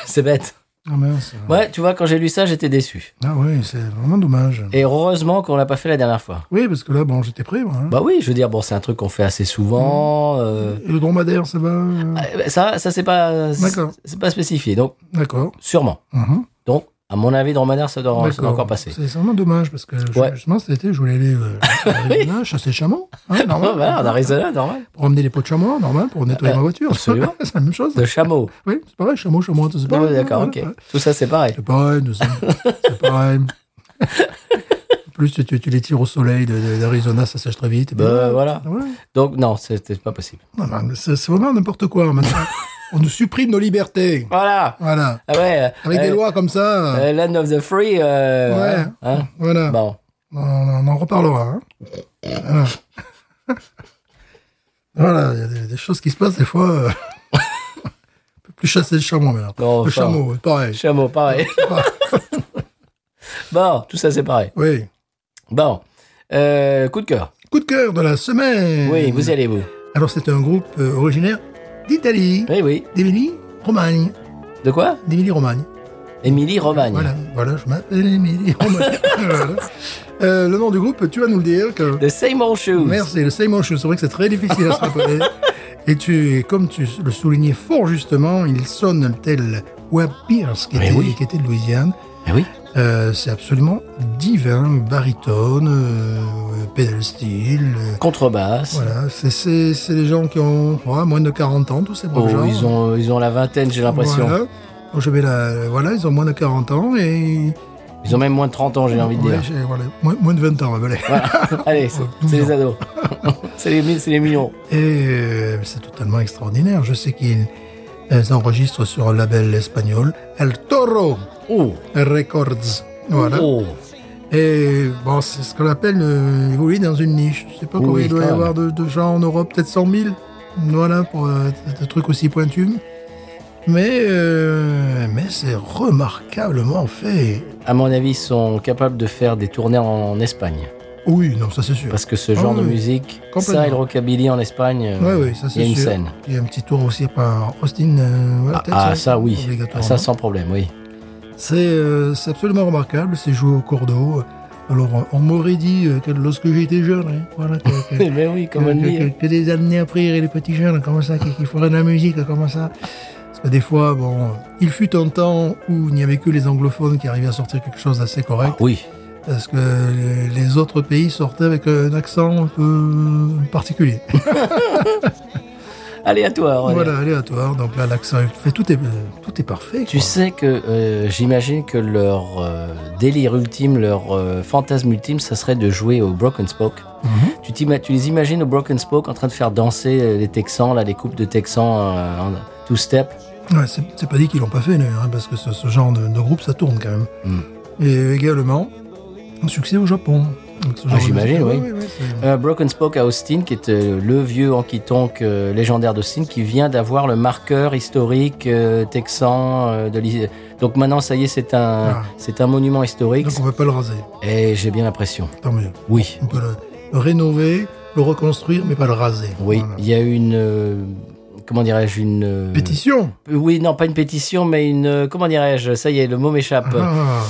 Speaker 1: c'est bête.
Speaker 2: Ah mince.
Speaker 1: Ouais, tu vois, quand j'ai lu ça, j'étais déçu.
Speaker 2: Ah oui, c'est vraiment dommage.
Speaker 1: Et heureusement qu'on l'a pas fait la dernière fois.
Speaker 2: Oui, parce que là, bon, j'étais prêt, moi. hein.
Speaker 1: Bah oui, je veux dire, bon, c'est un truc qu'on fait assez
Speaker 2: Mhm.
Speaker 1: souvent. euh,
Speaker 2: Et le dromadaire, ça va euh,
Speaker 1: euh, Ça, ça c'est pas,
Speaker 2: D'accord.
Speaker 1: c'est pas spécifié. Donc,
Speaker 2: D'accord.
Speaker 1: sûrement.
Speaker 2: Mhm.
Speaker 1: Donc, à mon avis, dromadaire, Oh, ça doit, ça doit
Speaker 2: D'accord.
Speaker 1: encore passer.
Speaker 2: C'est vraiment dommage, parce que je-
Speaker 1: Ouais.
Speaker 2: justement, cet été, je voulais aller euh, à Arizona, chasser les chameaux. Hein, normal.
Speaker 1: Ouais, voilà, en Arizona, normal.
Speaker 2: Pour emmener les pots de chamois, normal, pour nettoyer
Speaker 1: Euh,
Speaker 2: ma voiture.
Speaker 1: absolument.
Speaker 2: c'est la même chose.
Speaker 1: De chameau.
Speaker 2: Oui, c'est pareil, chameau, chamois, tout, c'est
Speaker 1: Non,
Speaker 2: pareil.
Speaker 1: mais D'accord,
Speaker 2: Voilà,
Speaker 1: ok.
Speaker 2: voilà.
Speaker 1: Tout ça, c'est pareil.
Speaker 2: C'est pareil, nous sommes- c'est pareil. En plus, tu, tu les tires au soleil de- de- d'Arizona, ça sèche très vite. Et
Speaker 1: Bah,
Speaker 2: puis,
Speaker 1: voilà.
Speaker 2: voilà.
Speaker 1: Donc, non, c'était pas possible.
Speaker 2: Non, non, mais c'est c'est vraiment n'importe quoi. Maintenant, on nous supprime nos libertés.
Speaker 1: Voilà.
Speaker 2: Voilà.
Speaker 1: Ah ouais. euh,
Speaker 2: Avec des
Speaker 1: euh,
Speaker 2: lois comme ça.
Speaker 1: euh, Land of the Free. euh,
Speaker 2: Ouais.
Speaker 1: hein,
Speaker 2: Voilà.
Speaker 1: bon.
Speaker 2: On, on en reparlera. hein. Voilà. Voilà, il y a des, des choses qui se passent des fois. euh, on peut plus chasser le chameau, maintenant.
Speaker 1: Non,
Speaker 2: le
Speaker 1: enfin,
Speaker 2: chameau, ouais, pareil. Ah,
Speaker 1: Chameau, pareil. bon, tout ça, c'est pareil.
Speaker 2: Oui.
Speaker 1: Bon. Euh, coup de cœur.
Speaker 2: Coup de cœur de la semaine.
Speaker 1: Oui, vous y allez, vous.
Speaker 2: Alors, c'est un groupe euh, originaire d'Italie,
Speaker 1: Oui, oui.
Speaker 2: d'Émilie-Romagne.
Speaker 1: De quoi
Speaker 2: D'Émilie-Romagne.
Speaker 1: Émilie Romagne.
Speaker 2: Voilà, voilà, je m'appelle Émilie-Romagne. Voilà. Euh, le nom du groupe, tu vas nous le dire. que-
Speaker 1: The Same Old Shoes.
Speaker 2: Merci, le same old shoe. C'est vrai que c'est très difficile à se rappeler. Et tu, et comme tu le soulignais fort justement, il sonne tel Wapirs, qui,
Speaker 1: Mais
Speaker 2: était-
Speaker 1: oui.
Speaker 2: qui était de Louisiane.
Speaker 1: Eh oui.
Speaker 2: Euh, c'est absolument divin, baritone, euh, pedal steel. euh,
Speaker 1: Contrebasse.
Speaker 2: voilà, c'est- c'est c'est les gens qui ont ouais, moins de 40 ans, tous ces braves
Speaker 1: Oh,
Speaker 2: gens.
Speaker 1: ils, ont, ils ont la vingtaine, j'ai l'impression.
Speaker 2: Voilà. Donc, je vais la, voilà, ils ont moins de 40 ans et.
Speaker 1: Ils ont même moins de 30 ans, j'ai envie de
Speaker 2: Ouais,
Speaker 1: dire.
Speaker 2: j'ai- voilà, moins, moins de 20 ans, voilà.
Speaker 1: Allez, c'est c'est les ados. c'est les, mi- c'est les millions.
Speaker 2: Et euh, c'est totalement extraordinaire. Je sais qu'ils euh, enregistrent sur un label espagnol, El Toro
Speaker 1: Oh,
Speaker 2: Records. Voilà.
Speaker 1: oh.
Speaker 2: Et bon, c'est ce qu'on appelle euh, évoluer dans une niche. Je sais pas
Speaker 1: Oui,
Speaker 2: combien il doit y
Speaker 1: quand même.
Speaker 2: avoir de, de gens en Europe, peut-être 100 000. Voilà, pour euh, un truc aussi pointu. Mais, euh, mais c'est remarquablement fait.
Speaker 1: À mon avis, ils sont capables de faire des tournées en Espagne.
Speaker 2: Oui, non, ça c'est sûr.
Speaker 1: Parce que ce genre
Speaker 2: Ah oui,
Speaker 1: de musique,
Speaker 2: complètement.
Speaker 1: ça et le rockabilly en Espagne,
Speaker 2: Ouais,
Speaker 1: euh,
Speaker 2: oui, ça
Speaker 1: il y
Speaker 2: c'est
Speaker 1: a une
Speaker 2: sûr.
Speaker 1: scène.
Speaker 2: Il y a un petit tour aussi par Austin. euh, voilà,
Speaker 1: Ah,
Speaker 2: peut-être,
Speaker 1: ah, ça oui, Ah,
Speaker 2: obligatoirement.
Speaker 1: ça sans problème, oui.
Speaker 2: C'est euh, c'est absolument remarquable, c'est joué au cordeau. Euh, Alors, on- on m'aurait dit euh, que lorsque j'étais jeune, hein, voilà, que, que-
Speaker 1: Eh ben oui, comme
Speaker 2: que,
Speaker 1: on
Speaker 2: que-
Speaker 1: dit.
Speaker 2: que- que des amenés à prier et les petits jeunes, comme ça, qui, qui feraient de la musique, comme ça. Parce que des fois, bon, il fut un temps où il n'y avait que les anglophones qui arrivaient à sortir quelque chose d'assez
Speaker 1: Ah,
Speaker 2: correct,
Speaker 1: oui,
Speaker 2: parce que les- les autres pays sortaient avec un accent un peu particulier.
Speaker 1: allez à toi. Aurélien.
Speaker 2: Voilà, aléatoire. Donc là, l'accent est fait, tout est, euh, tout est parfait.
Speaker 1: Tu
Speaker 2: quoi.
Speaker 1: sais que euh, j'imagine que leur euh, délire ultime, leur euh, fantasme ultime, ça serait de jouer au Broken Spoke.
Speaker 2: Mhm.
Speaker 1: Tu, t'ima- tu les imagines au Broken Spoke en train de faire danser euh, les Texans, là, les couples de Texans euh, en two-step.
Speaker 2: Ouais, c'est c'est pas dit qu'ils l'ont pas fait, d'ailleurs, hein, parce que ce, ce genre de, de groupe, ça tourne quand même.
Speaker 1: Hmm.
Speaker 2: Et également, un succès au Japon. Donc, ce genre de
Speaker 1: Ah, j'imagine,
Speaker 2: musique-
Speaker 1: oui.
Speaker 2: Ouais, ouais, ouais, c'est-
Speaker 1: Euh, Broken Spoke à Austin, qui est euh, le vieux honky tonk euh, légendaire d'Austin, qui vient d'avoir le marqueur historique euh, texan euh, de l'I- Donc maintenant, ça y est, c'est un,
Speaker 2: Ah.
Speaker 1: c'est un monument historique.
Speaker 2: Donc on peut pas le raser.
Speaker 1: Et j'ai bien l'impression.
Speaker 2: Tant mieux.
Speaker 1: Oui,
Speaker 2: On peut le, le rénover, le reconstruire, mais pas le raser.
Speaker 1: oui.
Speaker 2: Voilà.
Speaker 1: Il y a une. euh, comment dirais-je Une. euh,
Speaker 2: Pétition.
Speaker 1: Oui, non, pas une pétition, mais une. euh, Comment dirais-je Ça y est, le mot m'échappe.
Speaker 2: Ah.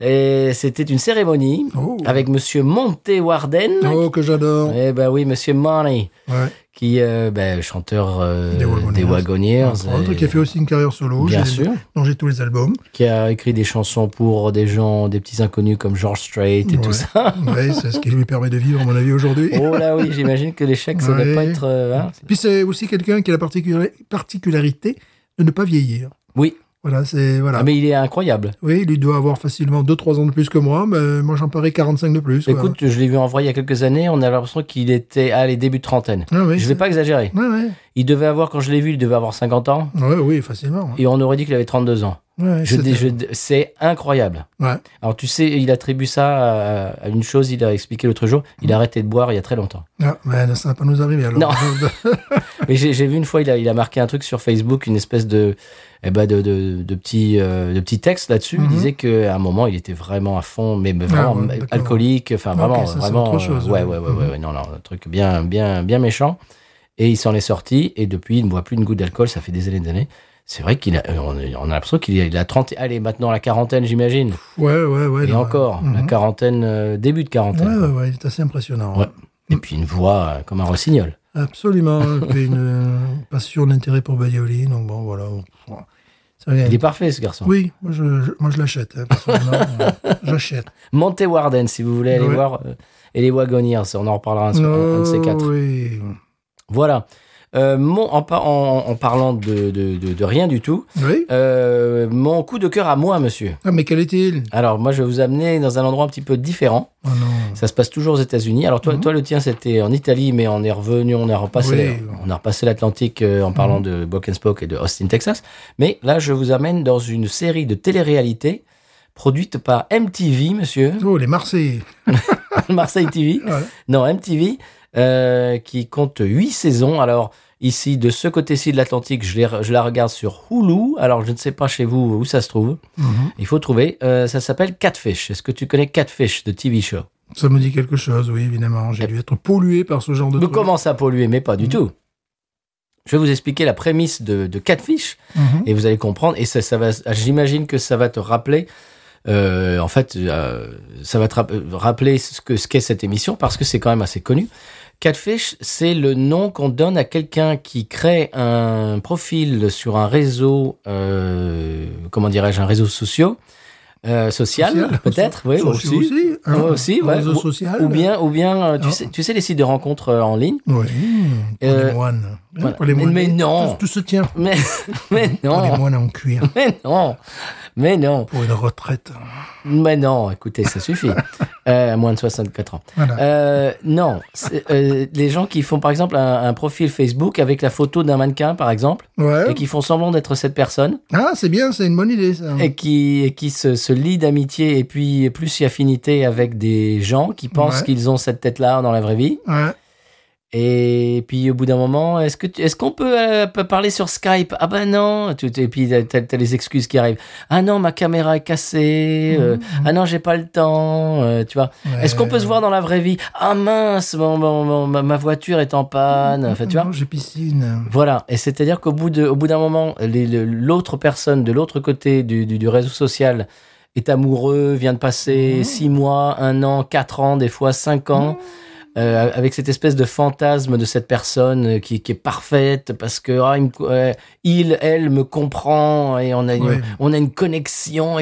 Speaker 1: Et c'était une cérémonie
Speaker 2: Oh.
Speaker 1: avec Monsieur Monte Warden.
Speaker 2: Oh, que j'adore.
Speaker 1: Eh ben oui, Monsieur Money,
Speaker 2: Ouais.
Speaker 1: qui euh, ben, chanteur euh,
Speaker 2: Des Wagoneers.
Speaker 1: des Wagoneers,
Speaker 2: Entre autres,
Speaker 1: et-
Speaker 2: qui a fait aussi une carrière solo.
Speaker 1: bien
Speaker 2: j'ai-
Speaker 1: sûr,
Speaker 2: Dont j'ai tous les albums.
Speaker 1: qui a écrit des chansons pour des gens, des petits inconnus comme George Strait et tout
Speaker 2: Ouais.
Speaker 1: ça.
Speaker 2: Ouais, c'est ce qui lui permet de vivre, à mon avis, aujourd'hui.
Speaker 1: Ah. Oh là oui, j'imagine que l'échec, ça ne
Speaker 2: Ouais.
Speaker 1: doit pas être. euh, hein.
Speaker 2: Puis c'est aussi quelqu'un qui a la particuli- particularité de ne pas vieillir.
Speaker 1: Oui,
Speaker 2: Voilà, c'est voilà.
Speaker 1: Ah, mais il est incroyable.
Speaker 2: Oui, il doit avoir facilement 2-3 ans de plus que moi, mais moi j'en parais 45 de plus. quoi.
Speaker 1: Écoute, je l'ai vu en vrai il y a quelques années, on a l'impression qu'il était à les débuts de trentaine.
Speaker 2: Ah oui,
Speaker 1: je vais
Speaker 2: c'est-
Speaker 1: pas exagérer.
Speaker 2: Ouais, ouais.
Speaker 1: Il devait avoir, quand je l'ai vu, il devait avoir 50 ans,
Speaker 2: Ouais, oui, facilement.
Speaker 1: et on aurait dit qu'il avait 32 ans.
Speaker 2: Ouais,
Speaker 1: Je,
Speaker 2: c'était-
Speaker 1: dis- je- c'est incroyable.
Speaker 2: Ouais.
Speaker 1: Alors tu sais, il attribue ça à, à une chose, il a expliqué l'autre jour,
Speaker 2: Mhm.
Speaker 1: il a arrêté de boire il y a très longtemps.
Speaker 2: Ah, mais ça va pas nous arriver alors.
Speaker 1: Non. Mais j'ai j'ai vu une fois, il a, il a marqué un truc sur Facebook, une espèce de, eh ben de, de, de petit, euh, de petit texte là-dessus.
Speaker 2: Mhm. Ah
Speaker 1: Il disait qu'à un moment, il était vraiment à fond, mais mais vraiment
Speaker 2: ouais, d'accord.
Speaker 1: alcoolique, enfin
Speaker 2: Ok,
Speaker 1: vraiment,
Speaker 2: ça, c'est
Speaker 1: vraiment.
Speaker 2: autre chose,
Speaker 1: euh, ouais,
Speaker 2: ouais. Mhm.
Speaker 1: ouais, ouais, ouais, ouais, non, non, un truc bien, bien, bien méchant. Et il s'en est sorti, et depuis, il ne boit plus une goutte d'alcool, ça fait des années et des années. C'est vrai qu'il a, euh, on a on a l'impression qu'il a, il a 30, allez, maintenant la quarantaine, j'imagine.
Speaker 2: ouais, ouais, ouais.
Speaker 1: Et
Speaker 2: Ah non,
Speaker 1: encore,
Speaker 2: ouais.
Speaker 1: la quarantaine, euh, début de
Speaker 2: Ouais,
Speaker 1: quarantaine.
Speaker 2: ouais,
Speaker 1: quoi.
Speaker 2: ouais, il est assez impressionnant.
Speaker 1: Ouais. Et puis une voix euh, comme un rossignol.
Speaker 2: Absolument. Et puis une euh, passion d'intérêt pour Badioli, donc bon, voilà. Bon. Ça vient.
Speaker 1: Il est parfait, ce garçon.
Speaker 2: Oui, moi je, je- moi, je l'achète. hein, personnellement. J'achète.
Speaker 1: Monte Warden, si vous voulez aller
Speaker 2: Ouais.
Speaker 1: voir. euh, et les Wagoneers, on en reparlera un, un- un de ces quatre.
Speaker 2: Oh, oui.
Speaker 1: Voilà. Euh, mon, en, par- en- en parlant de, de- de- de rien du tout,
Speaker 2: Oui.
Speaker 1: euh, mon coup de cœur à moi, monsieur.
Speaker 2: Ah, mais quel est-il
Speaker 1: Alors, moi, je vais vous amener dans un endroit un petit peu différent.
Speaker 2: Oh non.
Speaker 1: Ça se passe toujours aux États-Unis. Alors, toi, toi le tien, c'était en Italie, mais on est revenu, on a repassé,
Speaker 2: Mhm. Oui. Mhm.
Speaker 1: on a repassé l'Atlantique euh, en parlant de Broken Spoke et de Austin, Texas. Mais là, je vous amène dans une série de télé-réalité produite par MTV, monsieur.
Speaker 2: Oh, les Marseillais.
Speaker 1: Marseille TV.
Speaker 2: Ouais.
Speaker 1: Non, MTV, euh, qui compte 8 saisons. Alors, ici, de ce côté-ci de l'Atlantique, je, les- je la regarde sur Hulu. Alors, je ne sais pas chez vous où ça se trouve.
Speaker 2: Mhm.
Speaker 1: Il faut trouver. Euh, ça s'appelle Catfish. Est-ce que tu connais Catfish de TV Show
Speaker 2: Ça me dit quelque chose, oui, évidemment. J'ai dû être pollué par ce genre de
Speaker 1: Me
Speaker 2: truc.
Speaker 1: commence à polluer, mais pas du
Speaker 2: Mhm.
Speaker 1: tout. Je vais vous expliquer la prémisse de, de Catfish.
Speaker 2: Mhm.
Speaker 1: et vous allez comprendre. Et ça, ça va, ah, j'imagine que ça va te rappeler. euh, en fait, euh, ça va te rapp- rappeler ce que ce qu'est cette émission parce que c'est quand même assez connu. Catfish, c'est le nom qu'on donne à quelqu'un qui crée un profil sur un réseau, euh, comment dirais-je, un réseau social, euh, social,
Speaker 2: Social,
Speaker 1: peut-être, oui,
Speaker 2: Social
Speaker 1: aussi,
Speaker 2: aussi, hein,
Speaker 1: Ouais, aussi,
Speaker 2: un
Speaker 1: ouais.
Speaker 2: réseau social.
Speaker 1: ou bien, ou bien, euh, tu
Speaker 2: Ah.
Speaker 1: sais, tu sais les sites de rencontres euh, en ligne.
Speaker 2: Oui, pour
Speaker 1: Euh,
Speaker 2: les moines. Hein,
Speaker 1: voilà.
Speaker 2: Pour les
Speaker 1: Mais-
Speaker 2: moines.
Speaker 1: mais non.
Speaker 2: Tout, tout se tient.
Speaker 1: Mais, mais
Speaker 2: Pour les
Speaker 1: non,
Speaker 2: moines en cuir,
Speaker 1: mais non, mais non.
Speaker 2: pour une retraite.
Speaker 1: Mais non, écoutez, ça suffit. Euh, moins de 64 ans.
Speaker 2: Voilà.
Speaker 1: Euh, non, c'est, euh, les gens qui font par exemple un, un profil Facebook avec la photo d'un mannequin par exemple,
Speaker 2: ouais.
Speaker 1: et qui font semblant d'être cette personne,
Speaker 2: Ah, c'est bien, c'est une bonne idée, ça.
Speaker 1: et qui, et qui se, se lient d'amitié et puis plus si affinité avec des gens qui pensent
Speaker 2: Ouais.
Speaker 1: qu'ils ont cette tête-là dans la vraie vie,
Speaker 2: Ouais.
Speaker 1: Et puis au bout d'un moment, est-ce que tu- est-ce qu'on peut, euh, peut parler sur Skype Ah ben non. Tu- Et puis t'as t'as- t'as les excuses qui arrivent. Ah non, ma caméra est cassée.
Speaker 2: Mm.
Speaker 1: euh,
Speaker 2: Mhm.
Speaker 1: ah non, j'ai pas le temps. euh, tu vois. Est-ce qu'on peut se voir dans la vraie vie Ah mince, mon- mon- mon- ma- ma voiture est en panne. Enfin, tu vois.
Speaker 2: J'ai piscine.
Speaker 1: Voilà, et c'est-à-dire qu'au bout de- au bout d'un moment, les- le- l'autre personne de l'autre côté du, du- du réseau social est amoureux, vient de passer
Speaker 2: Mmh.
Speaker 1: six mois, un an, quatre ans, des fois cinq ans, euh, avec cette espèce de fantasme de cette personne euh, qui, qui est parfaite parce que ah, il, me co- euh, il, elle me comprend et on a, une-
Speaker 2: Ouais.
Speaker 1: on a une connexion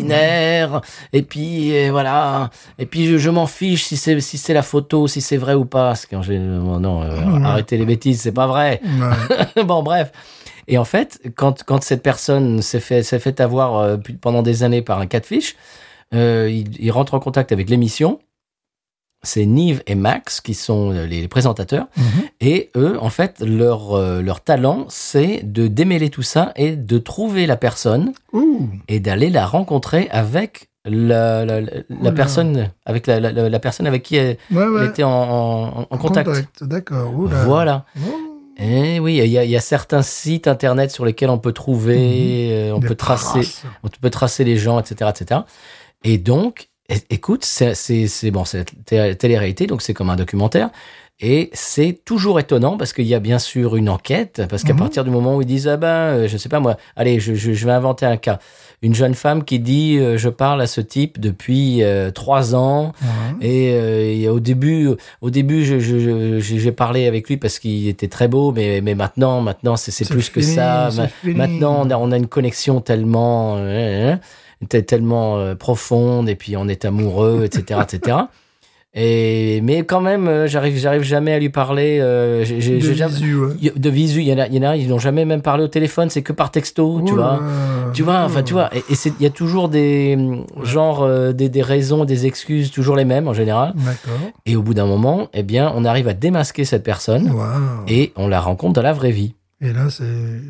Speaker 1: extraordinaire. Et puis euh, voilà, et puis je, je m'en fiche si c'est si c'est la photo, si c'est vrai ou pas. Parce que j'ai- bon, non, euh,
Speaker 2: Mmh.
Speaker 1: arrêtez les bêtises, c'est pas vrai.
Speaker 2: Ouais.
Speaker 1: bon, bref. Et en fait, quand, quand cette personne s'est fait, s'est fait avoir euh, pu- pendant des années par un catfish, euh, il, il rentre en contact avec l'émission. C'est Nive et Max qui sont euh, les, les présentateurs.
Speaker 2: Mhm.
Speaker 1: Et eux, en fait, leur, euh, leur talent, c'est de démêler tout ça et de trouver la personne
Speaker 2: Ouh.
Speaker 1: et d'aller la rencontrer avec la, la, la- la
Speaker 2: Oula.
Speaker 1: personne, avec la, la- la- la personne avec qui elle,
Speaker 2: Ouais,
Speaker 1: elle
Speaker 2: ouais.
Speaker 1: était en, en- en contact.
Speaker 2: D'accord. Oula.
Speaker 1: Voilà.
Speaker 2: Oh.
Speaker 1: Eh oui, il y, a- il y a certains sites internet sur lesquels on peut trouver, euh, on
Speaker 2: Des
Speaker 1: peut tracer,
Speaker 2: traces.
Speaker 1: on peut tracer les gens, etc., etc. Et donc, é- écoute, c'est c'est- c'est- bon, c'est la té- télé-réalité, donc c'est comme un documentaire. Et c'est toujours étonnant parce qu'il y a bien sûr une enquête, parce qu'à
Speaker 2: Mhm.
Speaker 1: partir du moment où ils disent, ah ben, euh, je sais pas moi, allez, je, je- je vais inventer un cas. Une jeune femme qui dit, euh, je parle à ce type depuis euh, trois ans,
Speaker 2: Ouais.
Speaker 1: et, euh, et au début, au début, je- je- je- j'ai j'ai parlé avec lui parce qu'il était très beau, mais, mais maintenant, maintenant, c'est c'est
Speaker 2: C'est
Speaker 1: plus que
Speaker 2: fini,
Speaker 1: ça.
Speaker 2: c'est
Speaker 1: Ma-
Speaker 2: fini.
Speaker 1: Maintenant, on a, on a une connexion tellement, euh, euh, te- tellement euh, profonde, et puis on est amoureux, etc., etc. Et mais quand même, euh, j'arrive, j'arrive jamais à lui parler. euh, j'ai- j'ai-
Speaker 2: De
Speaker 1: j'ai jamais-
Speaker 2: visu, ouais.
Speaker 1: y- de visu, il y en a, il y en a, ils n'ont jamais même parlé au téléphone. C'est que par texto, tu
Speaker 2: Oh
Speaker 1: vois.
Speaker 2: là.
Speaker 1: Tu vois, enfin, tu vois, et, et c'est- il y a toujours des, genre, euh, des, des raisons, des excuses, toujours les mêmes en général.
Speaker 2: D'accord.
Speaker 1: Et au bout d'un moment, eh bien, on arrive à démasquer cette personne
Speaker 2: Waouh.
Speaker 1: et on la rencontre dans la vraie vie.
Speaker 2: Et là, c'est.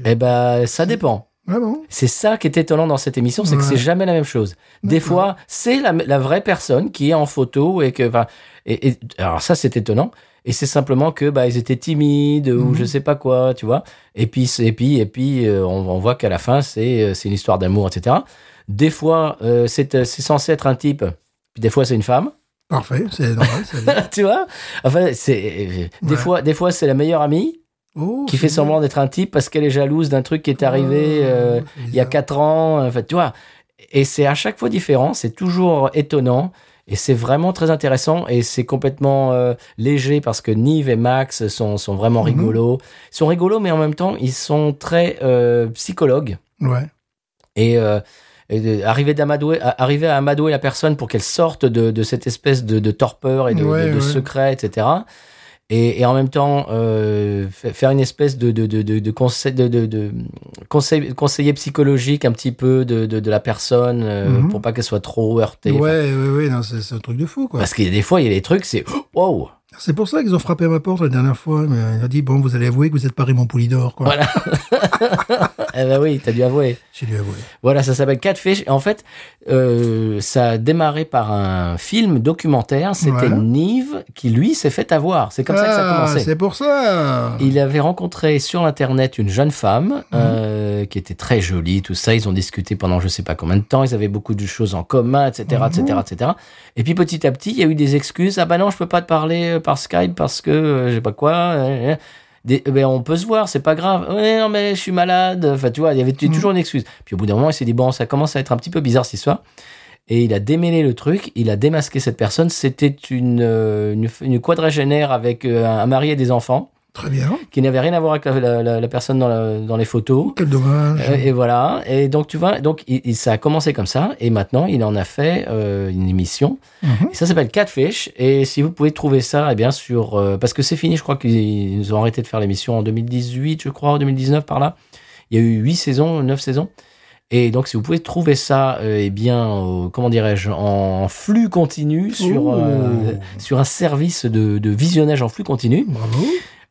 Speaker 1: Eh ben, ça dépend.
Speaker 2: Ah bon
Speaker 1: C'est ça qui est étonnant dans cette émission, c'est que
Speaker 2: Ouais.
Speaker 1: c'est jamais la même chose. Des
Speaker 2: D'accord.
Speaker 1: fois, c'est la, la vraie personne qui est en photo et que, enfin, et, et- alors ça, c'est étonnant. Et c'est simplement que, bah, ils étaient timides ou
Speaker 2: Mhm.
Speaker 1: je sais pas quoi, tu vois. Et puis, c'est- et puis, et puis, euh, on, on voit qu'à la fin, c'est, euh, c'est une histoire d'amour, etc. Des fois, euh, c'est, euh, c'est censé être un type. Puis des fois, c'est une femme.
Speaker 2: Parfait, c'est normal. c'est bien.
Speaker 1: tu vois Enfin, c'est euh, des
Speaker 2: Ouais.
Speaker 1: fois, des fois, c'est la meilleure amie
Speaker 2: Oh,
Speaker 1: qui
Speaker 2: c'est
Speaker 1: fait
Speaker 2: bien.
Speaker 1: semblant d'être un type parce qu'elle est jalouse d'un truc qui est arrivé
Speaker 2: Ah,
Speaker 1: euh,
Speaker 2: c'est
Speaker 1: il y a
Speaker 2: bizarre.
Speaker 1: quatre ans. Enfin, tu vois. Et c'est à chaque fois différent. C'est toujours étonnant. Et c'est vraiment très intéressant et c'est complètement euh, léger parce que Nive et Max sont, sont vraiment
Speaker 2: Mhm.
Speaker 1: rigolos. Ils sont rigolos, mais en même temps, ils sont très euh, psychologues.
Speaker 2: Ouais.
Speaker 1: Et, euh, et de- arriver, d'amadouer- à, arriver à amadouer la personne pour qu'elle sorte de, de cette espèce de, de torpeur et de,
Speaker 2: Ouais,
Speaker 1: de- de
Speaker 2: ouais.
Speaker 1: secret, etc. Et, et en même temps, euh, fa- faire une espèce de, de, de, de, de conseil, de, de, de conseil- conseiller psychologique un petit peu de, de, de la personne euh,
Speaker 2: Mhm.
Speaker 1: pour pas qu'elle soit trop heurtée.
Speaker 2: Ouais,
Speaker 1: Enfin,
Speaker 2: ouais, ouais, non, c'est c'est un truc de fou, quoi.
Speaker 1: Parce qu'il y a des fois, il y a des trucs, c'est oh, wow!
Speaker 2: C'est pour ça qu'ils ont frappé à ma porte la dernière fois. mais Il a dit Bon, vous allez avouer que vous êtes pas Raymond Poulidor, quoi.
Speaker 1: Voilà. Eh ben oui, t'as dû avouer.
Speaker 2: J'ai dû avouer.
Speaker 1: Voilà, ça s'appelle Catfish. Et en fait, euh, ça a démarré par un film documentaire. C'était
Speaker 2: Ouais.
Speaker 1: Nive qui, lui, s'est fait avoir. C'est comme ça que ça a
Speaker 2: Ah,
Speaker 1: commencé.
Speaker 2: C'est pour ça
Speaker 1: Il avait rencontré sur Internet une jeune femme euh, qui était très jolie, tout ça. Ils ont discuté pendant je sais pas combien de temps. Ils avaient beaucoup de choses en commun, etc., etc., etc. Et puis petit à petit, il y a eu des excuses. Ah bah non, je peux pas te parler euh, par Skype parce que euh, je sais pas quoi. euh, euh. Des- eh ben, on peut se voir, c'est pas grave. Ouais, non, mais je suis malade. Enfin, tu vois, il y avait t-
Speaker 2: Mhm.
Speaker 1: toujours une excuse. Puis au bout d'un moment, il s'est dit, bon, ça commence à être un petit peu bizarre cette histoire. Et il a démêlé le truc, il a démasqué cette personne. C'était une, euh, une, une quadragénaire avec euh, un mari et des enfants
Speaker 2: Très bien.
Speaker 1: qui n'avait rien à voir avec la, la- la- la personne dans, la- dans les photos.
Speaker 2: Quel dommage.
Speaker 1: Euh, Et voilà. Et donc, tu vois, donc, il, il- ça a commencé comme ça. Et maintenant, il en a fait euh, une émission.
Speaker 2: Mhm.
Speaker 1: Et ça s'appelle Catfish. Et si vous pouvez trouver ça, eh bien, sur. euh, parce que c'est fini, je crois qu'ils ils ont arrêté de faire l'émission en 2018, je crois, en 2019, par là. Il y a eu 8 saisons, 9 saisons. Et donc, si vous pouvez trouver ça, euh, eh bien, au- comment dirais-je, en flux continu sur,
Speaker 2: Ouh.
Speaker 1: euh, sur un service de, de visionnage en flux continu.
Speaker 2: Bravo.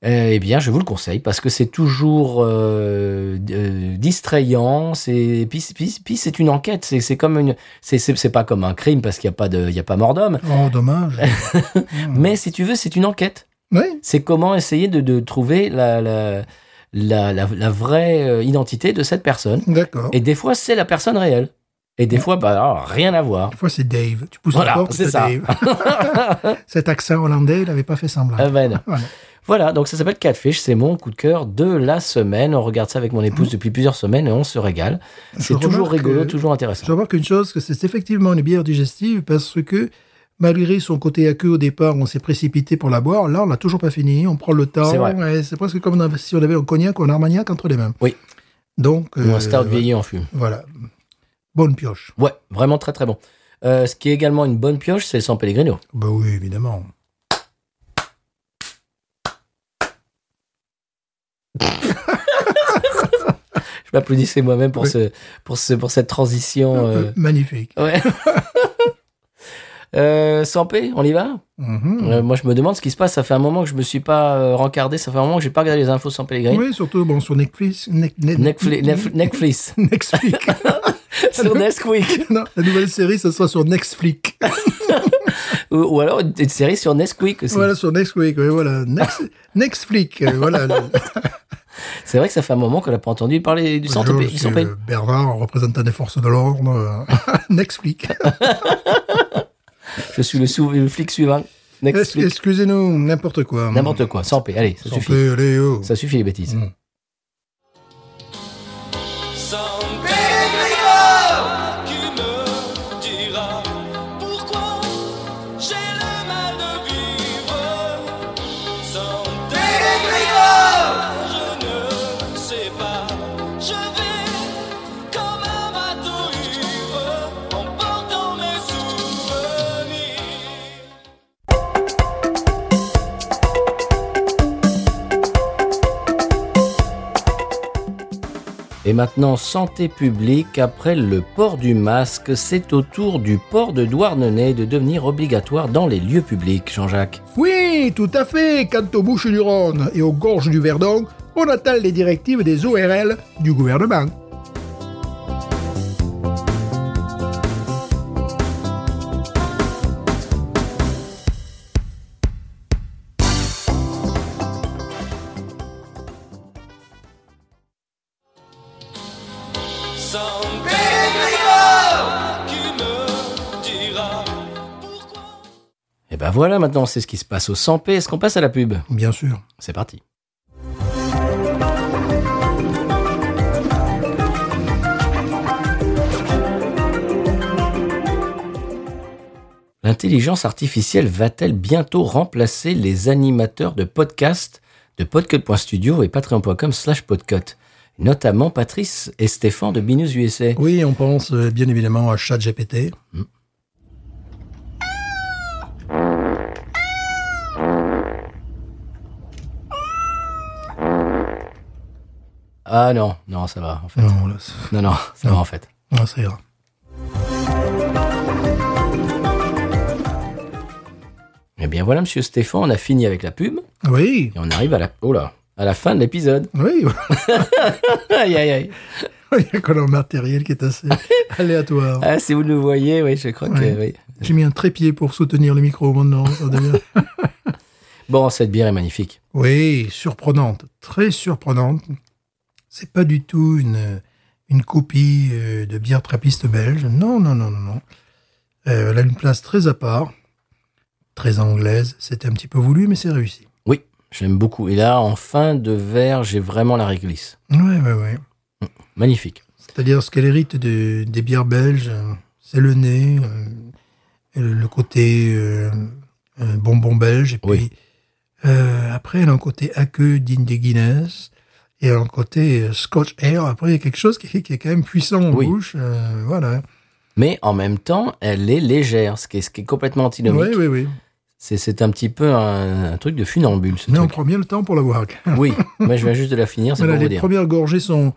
Speaker 1: Euh, Eh bien, je vous le conseille parce que c'est toujours euh, d- euh, distrayant. C'est et puis, puis- puis c'est une enquête. C'est c'est comme une. C'est c'est c'est pas comme un crime parce qu'il y a pas de il y a pas mort d'homme.
Speaker 2: Oh, dommage.
Speaker 1: Mais si tu veux, c'est une enquête.
Speaker 2: Oui.
Speaker 1: C'est comment essayer de, de trouver la, la, la, la- la vraie euh, identité de cette personne.
Speaker 2: D'accord.
Speaker 1: Et des fois, c'est la personne réelle. Et des fois, bah, alors, rien à voir.
Speaker 2: Des fois, c'est Dave. Tu pousses
Speaker 1: Voilà,
Speaker 2: la porte,
Speaker 1: c'est
Speaker 2: c'est
Speaker 1: ça.
Speaker 2: Dave. Cet accent hollandais, il n'avait pas fait semblant.
Speaker 1: Ah ben non.
Speaker 2: Voilà.
Speaker 1: Voilà, donc ça s'appelle Catfish, c'est mon coup de cœur de la semaine. On regarde ça avec mon épouse depuis plusieurs semaines et on se régale. C'est toujours
Speaker 2: remarque
Speaker 1: rigolo,
Speaker 2: que-
Speaker 1: toujours intéressant.
Speaker 2: Je remarque une chose, que c'est effectivement une bière digestive parce que malgré son côté aqueux au départ, on s'est précipité pour la boire. Là, on l'a toujours pas fini. On prend le temps.
Speaker 1: C'est vrai.
Speaker 2: Ouais, C'est presque comme on avait- si on avait un cognac ou un armagnac entre les mains.
Speaker 1: Oui.
Speaker 2: Donc,
Speaker 1: Ou
Speaker 2: euh,
Speaker 1: un stout
Speaker 2: ouais,
Speaker 1: vieilli en fume.
Speaker 2: Voilà. Bonne pioche.
Speaker 1: Ouais, vraiment très très bon. Euh, ce qui est également une bonne pioche, c'est le San Pellegrino.
Speaker 2: Bah oui, évidemment.
Speaker 1: Je m'applaudissais moi-même pour,
Speaker 2: Oui.
Speaker 1: ce, pour, ce, pour cette transition. euh,
Speaker 2: Euh, Magnifique.
Speaker 1: Ouais. euh, San P, on y va
Speaker 2: Mhm.
Speaker 1: Euh, Moi, je me demande ce qui se passe. Ça fait un moment que je me suis pas euh, rencardé. Ça fait un moment que j'ai pas regardé les infos San Pellegrino.
Speaker 2: Oui, surtout bon, sur Netflix. Nec- Net-
Speaker 1: Netflix, Netf- Netflix.
Speaker 2: Netflix.
Speaker 1: sur Nesquik.
Speaker 2: non, la nouvelle série, ça sera sur Netflix.
Speaker 1: Ou, ou alors une une série sur Nesquik aussi.
Speaker 2: Voilà, sur Next Week, oui, voilà. Next, Next Flick, euh, voilà. le-
Speaker 1: C'est vrai que ça fait un moment qu'on n'a pas entendu parler du San
Speaker 2: Bonjour,
Speaker 1: P- du San
Speaker 2: monsieur
Speaker 1: P.
Speaker 2: Bernard, représentant des forces de l'ordre. euh, Next Flick.
Speaker 1: Je suis le, sou- le flic suivant.
Speaker 2: Es-
Speaker 1: Netflix.
Speaker 2: Excusez-nous, n'importe quoi.
Speaker 1: N'importe quoi. Sans P. Allez, ça
Speaker 2: Sans
Speaker 1: suffit.
Speaker 2: paix, allez, oh.
Speaker 1: Ça suffit les bêtises.
Speaker 2: Mm.
Speaker 3: Sans Pellegrino Qui me dira pourquoi j'ai le mal de vivre Sans Pellegrino Je ne sais pas, je vais comme un bateau ivre En portant mes souvenirs
Speaker 1: Et maintenant, santé publique, après le port du masque, c'est au tour du port de Douarnenez de devenir obligatoire dans les lieux publics, Jean-Jacques.
Speaker 2: Oui, tout à fait. Quant aux bouches du Rhône et aux gorges du Verdon, on attend les directives des ORL du gouvernement.
Speaker 3: Sans Pellegrino Qui me dira pourquoi
Speaker 1: Et ben voilà, maintenant, c'est ce qui se passe au 100p. Est-ce qu'on passe à la pub
Speaker 2: Bien sûr.
Speaker 1: C'est parti. L'intelligence artificielle va-t-elle bientôt remplacer les animateurs de podcasts de podcut.studio et patreon.com slash podcut, notamment Patrice et Stéphane de Binus USA
Speaker 2: Oui, on pense euh, bien évidemment à ChatGPT.
Speaker 1: Ah non, non, ça va en fait.
Speaker 2: Non, là, c'est-
Speaker 1: Non, non, ça va en fait.
Speaker 2: non, ça ira.
Speaker 1: Eh bien voilà, monsieur Stéphane, on a fini avec la pub et
Speaker 2: Oui,
Speaker 1: on arrive à la, oh là, à la fin de l'épisode.
Speaker 2: oui.
Speaker 1: Aïe, aïe, aïe.
Speaker 2: Il y a un matériel qui est assez aléatoire.
Speaker 1: Ah, si vous nous voyez, oui, je crois que oui.
Speaker 2: J'ai mis un trépied pour soutenir le micro maintenant. Ça devient...
Speaker 1: Bon, cette bière est magnifique.
Speaker 2: Oui, surprenante, très surprenante. C'est pas du tout une, une copie euh, de bière trappiste belge. Non, non, non, non, non. Euh, elle a une place très à part, très anglaise. C'était un petit peu voulu, mais c'est réussi.
Speaker 1: Oui, j'aime beaucoup. Et là, en fin de verre, j'ai vraiment la réglisse.
Speaker 2: Oui, oui, oui.
Speaker 1: Magnifique.
Speaker 2: C'est-à-dire ce qu'elle hérite de- des bières belges, euh, c'est le nez, euh, et le le côté euh, euh, bonbon belge. Et puis,
Speaker 1: Oui.
Speaker 2: euh, après, elle a un côté aqueux digne des Guinness. Et un côté euh, Scotch Air. Après, il y a quelque chose qui, qui est quand même puissant en
Speaker 1: Oui.
Speaker 2: bouche. euh, voilà.
Speaker 1: Mais en même temps, elle est légère, ce qui est, ce qui est complètement antinomique.
Speaker 2: Oui, oui, oui.
Speaker 1: C'est, c'est un petit peu un, un truc de funambule, ce
Speaker 2: Mais on
Speaker 1: truc.
Speaker 2: prend bien le temps pour la boire.
Speaker 1: Oui, moi je viens juste de la finir, c'est
Speaker 2: Voilà,
Speaker 1: pour vous
Speaker 2: les
Speaker 1: dire.
Speaker 2: premières gorgées sont,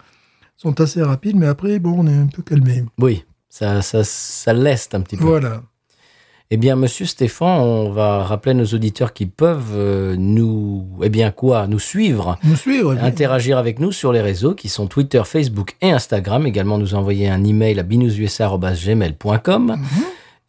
Speaker 2: sont assez rapides, mais après, bon, on est un peu calmé.
Speaker 1: Oui, ça, ça, ça leste un petit peu.
Speaker 2: Voilà.
Speaker 1: Eh bien, monsieur Stéphane, on va rappeler à nos auditeurs qui peuvent euh, nous... Eh bien quoi Nous suivre
Speaker 2: Nous suivre.
Speaker 1: interagir avec nous sur les réseaux qui sont Twitter,
Speaker 2: Mhm.
Speaker 1: Facebook et Instagram. Également, nous envoyer un email à binoususa.gmail.com.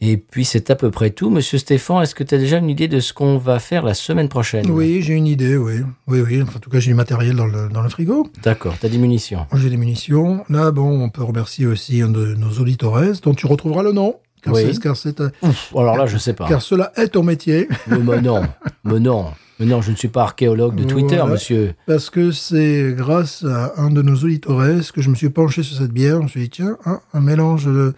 Speaker 1: Et puis c'est à peu près tout. Monsieur Stéphane, est-ce que tu as déjà une idée de ce qu'on va faire la semaine prochaine
Speaker 2: Oui, j'ai une idée, oui. Oui, oui. Enfin, en tout cas, j'ai du matériel dans le, dans le frigo.
Speaker 1: D'accord, tu as des munitions.
Speaker 2: J'ai des munitions. Là, bon, on peut remercier aussi un de nos auditeurs, dont tu retrouveras le nom. Car
Speaker 1: Oui. Ah.
Speaker 2: c'est- car c'est un-
Speaker 1: Ouf, alors là, je sais pas.
Speaker 2: car cela est ton métier.
Speaker 1: Mais, mais non, mais non, mais non, je ne suis pas archéologue de Twitter,
Speaker 2: Voilà.
Speaker 1: monsieur.
Speaker 2: Parce que c'est grâce à un de nos auditeurs que je me suis penché sur cette bière. Je me suis dit, tiens, hein, un mélange euh,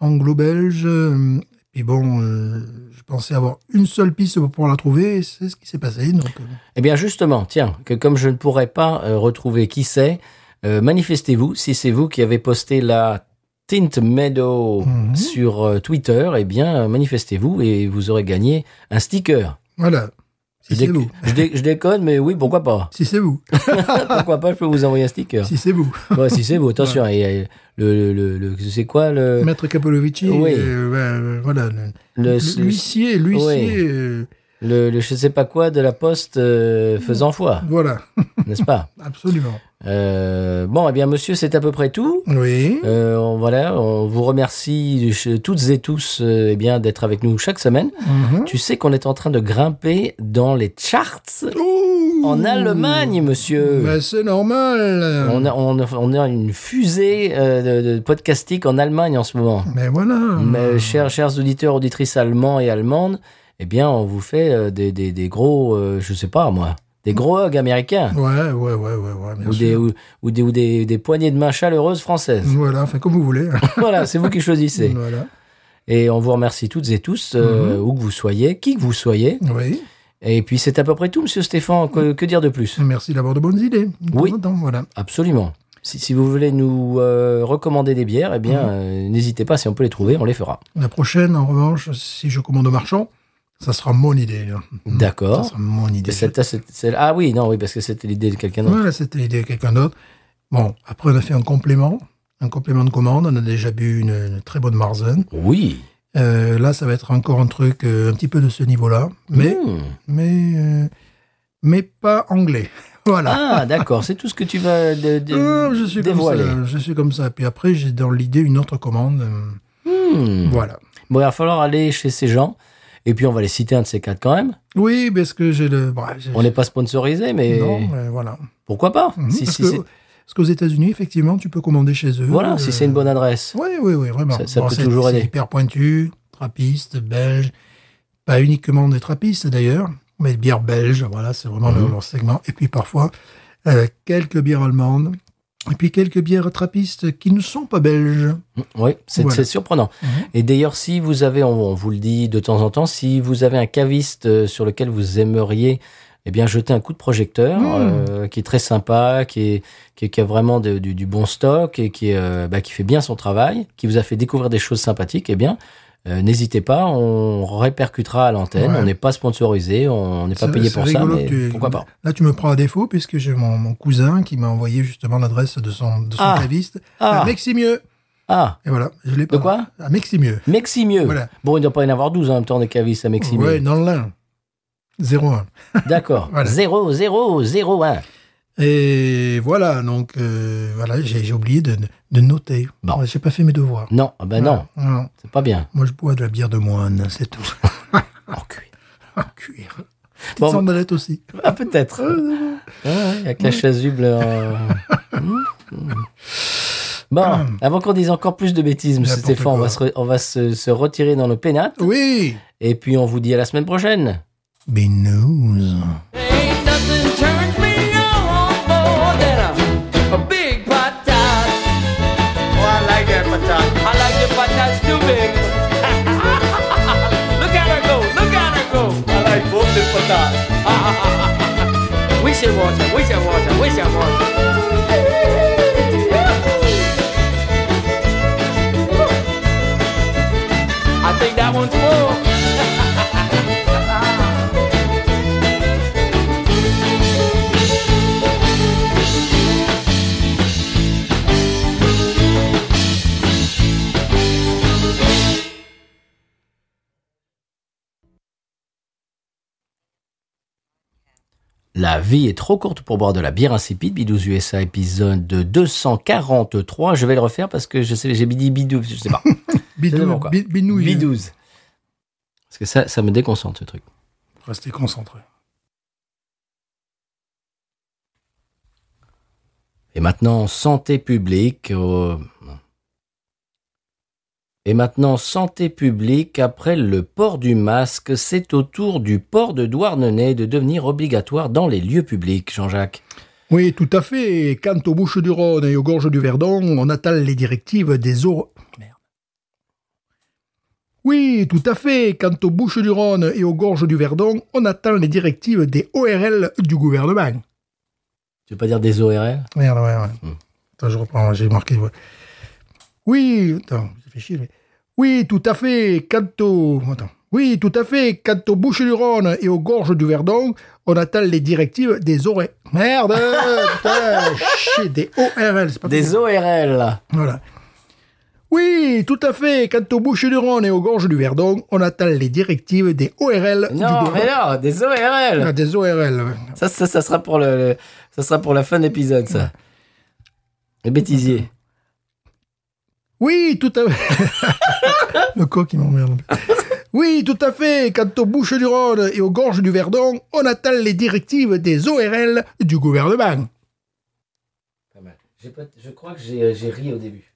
Speaker 2: anglo-belge. euh, Et bon, euh, je pensais avoir une seule piste pour pouvoir la trouver. et C'est ce qui s'est passé. Donc, euh,
Speaker 1: Eh bien, justement, tiens, que comme je ne pourrais pas euh, retrouver qui c'est, euh, manifestez-vous. Si c'est vous qui avez posté la Tint Meadow
Speaker 2: Mhm.
Speaker 1: sur euh, Twitter, eh bien, euh, manifestez-vous et vous aurez gagné un sticker.
Speaker 2: voilà. Si
Speaker 1: je,
Speaker 2: c'est
Speaker 1: déc-
Speaker 2: vous.
Speaker 1: je dé- je déconne, mais oui, pourquoi pas
Speaker 2: Si c'est vous.
Speaker 1: Ah. Pourquoi pas Je peux vous envoyer un sticker.
Speaker 2: Si c'est vous.
Speaker 1: Ouais, si c'est vous, attention. Et, euh, le, le, le- le- c'est quoi le,
Speaker 2: Maître Capolovici.
Speaker 1: Euh. Oui.
Speaker 2: euh, ouais, euh, voilà. le-
Speaker 1: le,
Speaker 2: L'huissier, l'huissier. euh,
Speaker 1: le- le je sais pas quoi de la poste euh, faisant foi,
Speaker 2: voilà.
Speaker 1: n'est-ce pas
Speaker 2: Absolument.
Speaker 1: Euh, Bon, eh bien, monsieur, c'est à peu près tout.
Speaker 2: Oui.
Speaker 1: Euh, on- voilà, on vous remercie ch- toutes et tous euh, eh bien d'être avec nous chaque semaine.
Speaker 2: Mhm.
Speaker 1: Tu sais qu'on est en train de grimper dans les charts
Speaker 2: Ouh.
Speaker 1: en Allemagne, monsieur.
Speaker 2: Ben, c'est normal.
Speaker 1: on, a, on, a- on a une fusée euh, de, de podcastique en Allemagne en ce moment.
Speaker 2: Mais voilà. Ah.
Speaker 1: Mais, chers, chers auditeurs, auditrices allemands et allemandes, eh bien, on vous fait euh, des, des, des gros, euh, je sais pas moi, des gros hugs américains
Speaker 2: Ouais, ouais, ouais, ouais, ouais. bien
Speaker 1: ou,
Speaker 2: sûr.
Speaker 1: des, ou, ou des, ou des, des poignées de main chaleureuses françaises.
Speaker 2: Voilà, enfin, comme vous voulez.
Speaker 1: voilà, c'est vous qui choisissez.
Speaker 2: voilà.
Speaker 1: Et on vous remercie toutes et tous, euh,
Speaker 2: Mhm.
Speaker 1: où que vous soyez, qui que vous soyez.
Speaker 2: Oui.
Speaker 1: Et puis c'est à peu près tout, Monsieur Stéphane. Que, que dire de plus
Speaker 2: Merci d'avoir de bonnes idées. De
Speaker 1: Oui.
Speaker 2: temps en temps, voilà.
Speaker 1: Absolument. Si, si vous voulez nous euh, recommander des bières, eh
Speaker 2: Mhm.
Speaker 1: bien, euh, n'hésitez pas. Si on peut les trouver, on les fera.
Speaker 2: La prochaine, en revanche, si je commande au marchand, ça sera mon idée. là. Mhm. Ça
Speaker 1: D'accord.
Speaker 2: sera mon idée.
Speaker 1: Et cette- cette- celle- ah oui, non, oui, parce que c'était l'idée de quelqu'un d'autre.
Speaker 2: Voilà, c'était l'idée de quelqu'un d'autre. Bon, après, on a fait un complément. Un complément de commande. On a déjà bu une, une très bonne Marzen.
Speaker 1: Oui.
Speaker 2: Euh, là, ça va être encore un truc euh, un petit peu de ce niveau-là. Mais,
Speaker 1: Hmm.
Speaker 2: mais, euh, mais pas anglais. Voilà.
Speaker 1: Ah, d'accord. C'est tout ce que tu vas de- de-
Speaker 2: Ah, je suis
Speaker 1: dévoiler.
Speaker 2: comme ça. Je suis comme ça. Puis après, j'ai dans l'idée une autre commande. euh,
Speaker 1: Hmm.
Speaker 2: Voilà.
Speaker 1: Bon, il va falloir aller chez ces gens. Et puis on va les citer un de ces quatre quand même.
Speaker 2: Oui, parce que j'ai le. bah, j'ai-
Speaker 1: On n'est pas sponsorisé, mais
Speaker 2: Non, mais voilà.
Speaker 1: pourquoi pas
Speaker 2: Mhm,
Speaker 1: Si-
Speaker 2: parce,
Speaker 1: si
Speaker 2: que-
Speaker 1: c'est-
Speaker 2: parce qu'aux États-Unis, effectivement, tu peux commander chez eux. euh,
Speaker 1: Voilà, si c'est une bonne adresse.
Speaker 2: Oui, oui, oui, vraiment.
Speaker 1: Ça- ça peut
Speaker 2: c'est-
Speaker 1: toujours
Speaker 2: c'est
Speaker 1: aider.
Speaker 2: hyper pointu, trappiste, belge. Pas uniquement des trappistes d'ailleurs, mais bière belge. Voilà, c'est vraiment
Speaker 1: Mhm.
Speaker 2: leur, leur segment. Et puis parfois, euh, quelques bières allemandes. Et puis quelques bières trappistes qui ne sont pas belges.
Speaker 1: Oui, c'est
Speaker 2: Voilà. Mhm.
Speaker 1: c'est surprenant. Et d'ailleurs, si vous avez, on, on vous le dit de temps en temps, si vous avez un caviste euh, sur lequel vous aimeriez, eh bien, jeter un coup de projecteur,
Speaker 2: Hmm.
Speaker 1: euh, qui est très sympa, qui, est, qui, est- qui a vraiment de- du, du bon stock et qui, est, euh, bah, qui fait bien son travail, qui vous a fait découvrir des choses sympathiques, eh bien, euh, n'hésitez pas, on répercutera à l'antenne.
Speaker 2: Ouais.
Speaker 1: On n'est pas sponsorisé, on n'est pas
Speaker 2: C'est-
Speaker 1: payé
Speaker 2: c'est
Speaker 1: pour ça,
Speaker 2: rigolo
Speaker 1: mais
Speaker 2: que tu-
Speaker 1: pourquoi pas
Speaker 2: Là, tu me prends à défaut puisque j'ai mon, mon cousin qui m'a envoyé justement l'adresse de son, de son
Speaker 1: Ah.
Speaker 2: caviste.
Speaker 1: Ah.
Speaker 2: À Meximieux.
Speaker 1: Ah,
Speaker 2: Et voilà, je l'ai pas.
Speaker 1: quoi
Speaker 2: À Meximieux.
Speaker 1: Meximieux.
Speaker 2: Voilà.
Speaker 1: Bon, il ne doit pas y en avoir 12 en même temps des cavistes à Meximieux.
Speaker 2: Ouais, dans l'un. 01.
Speaker 1: D'accord.
Speaker 2: Voilà.
Speaker 1: 0, 0, 0, 1.
Speaker 2: Et voilà, donc euh, voilà, j'ai j'ai oublié de, de noter.
Speaker 1: Bon.
Speaker 2: Ouais, J'ai pas fait mes devoirs.
Speaker 1: Non, ah ben non,
Speaker 2: Voilà, non.
Speaker 1: c'est pas bien.
Speaker 2: Moi, je bois de la bière de moine, c'est tout. Ah.
Speaker 1: Enculé.
Speaker 2: En cuir. Petite
Speaker 1: Bon,
Speaker 2: sandalette aussi.
Speaker 1: Ah, peut-être. Ah, ouais, avec la chasuble. euh, hmm, hmm. Bon, avant qu'on dise encore plus de bêtises, monsieur
Speaker 2: Hum. N'importe
Speaker 1: Stéphane, on va,
Speaker 2: quoi.
Speaker 1: se, re- on va se, se retirer dans nos pénates.
Speaker 2: Oui
Speaker 1: Et puis, on vous dit à la semaine prochaine.
Speaker 2: Binous.
Speaker 3: Ain't nothing turns me on more than a, a big patat. Oh, I like that patat. I like the patats too big. look at her go, look at her go. I like both the patats. we should watch her, we should watch her, we should watch her. I think that one's full.
Speaker 1: La vie est trop courte pour boire de la bière insipide. Bidouze USA, épisode 243. Je vais le refaire parce que je sais, j'ai dit bidouze, je sais pas.
Speaker 2: Bidou-
Speaker 1: bon, quoi.
Speaker 2: bi- binouille.
Speaker 1: Bidouze. Parce que ça, ça me déconcentre, ce truc.
Speaker 2: Restez concentrés.
Speaker 1: Et maintenant, santé publique. euh, Et maintenant, santé publique, après le port du masque, c'est au tour du port de Douarnenez de devenir obligatoire dans les lieux publics, Jean-Jacques.
Speaker 2: Oui, tout à fait. Et Quant aux Bouches du Rhône et aux Gorges du Verdon, on attend les directives des eaux. Merde. Oui, tout à fait. Quant aux Bouches du Rhône et aux Gorges du Verdon, on attend les directives des ORL du gouvernement.
Speaker 1: Tu veux pas dire des ORL
Speaker 2: Merde, ouais, ouais.
Speaker 1: Hmm.
Speaker 2: Attends, je reprends, j'ai marqué. ouais. Oui, attends, ça fait chier. mais- Oui, tout à fait, quant au... Attends. Oui, tout à fait, quant aux Bouches du Rhône et aux Gorges du Verdon, on attend les directives des ORL. Merde Putain, chier, des ORL, c'est pas
Speaker 1: Des
Speaker 2: possible.
Speaker 1: ORL
Speaker 2: Voilà. Oui, tout à fait, quant aux Bouches du Rhône et aux Gorges du Verdon, on attend les directives des ORL du
Speaker 1: Non, mais
Speaker 2: gouvernement.
Speaker 1: non, des ORL
Speaker 2: Ah, Des ORL, ouais.
Speaker 1: Ça, ça, ça sera pour le, le- ça sera pour la fin de l'épisode, ça. Le bêtisier.
Speaker 2: Oui, tout à fait. Le coq, il m'emmerde. Oui, tout à fait. Quant aux Bouches du Rhône et aux Gorges du Verdon, on attend les directives des ORL du gouvernement.
Speaker 1: Je crois que j'ai ri au début.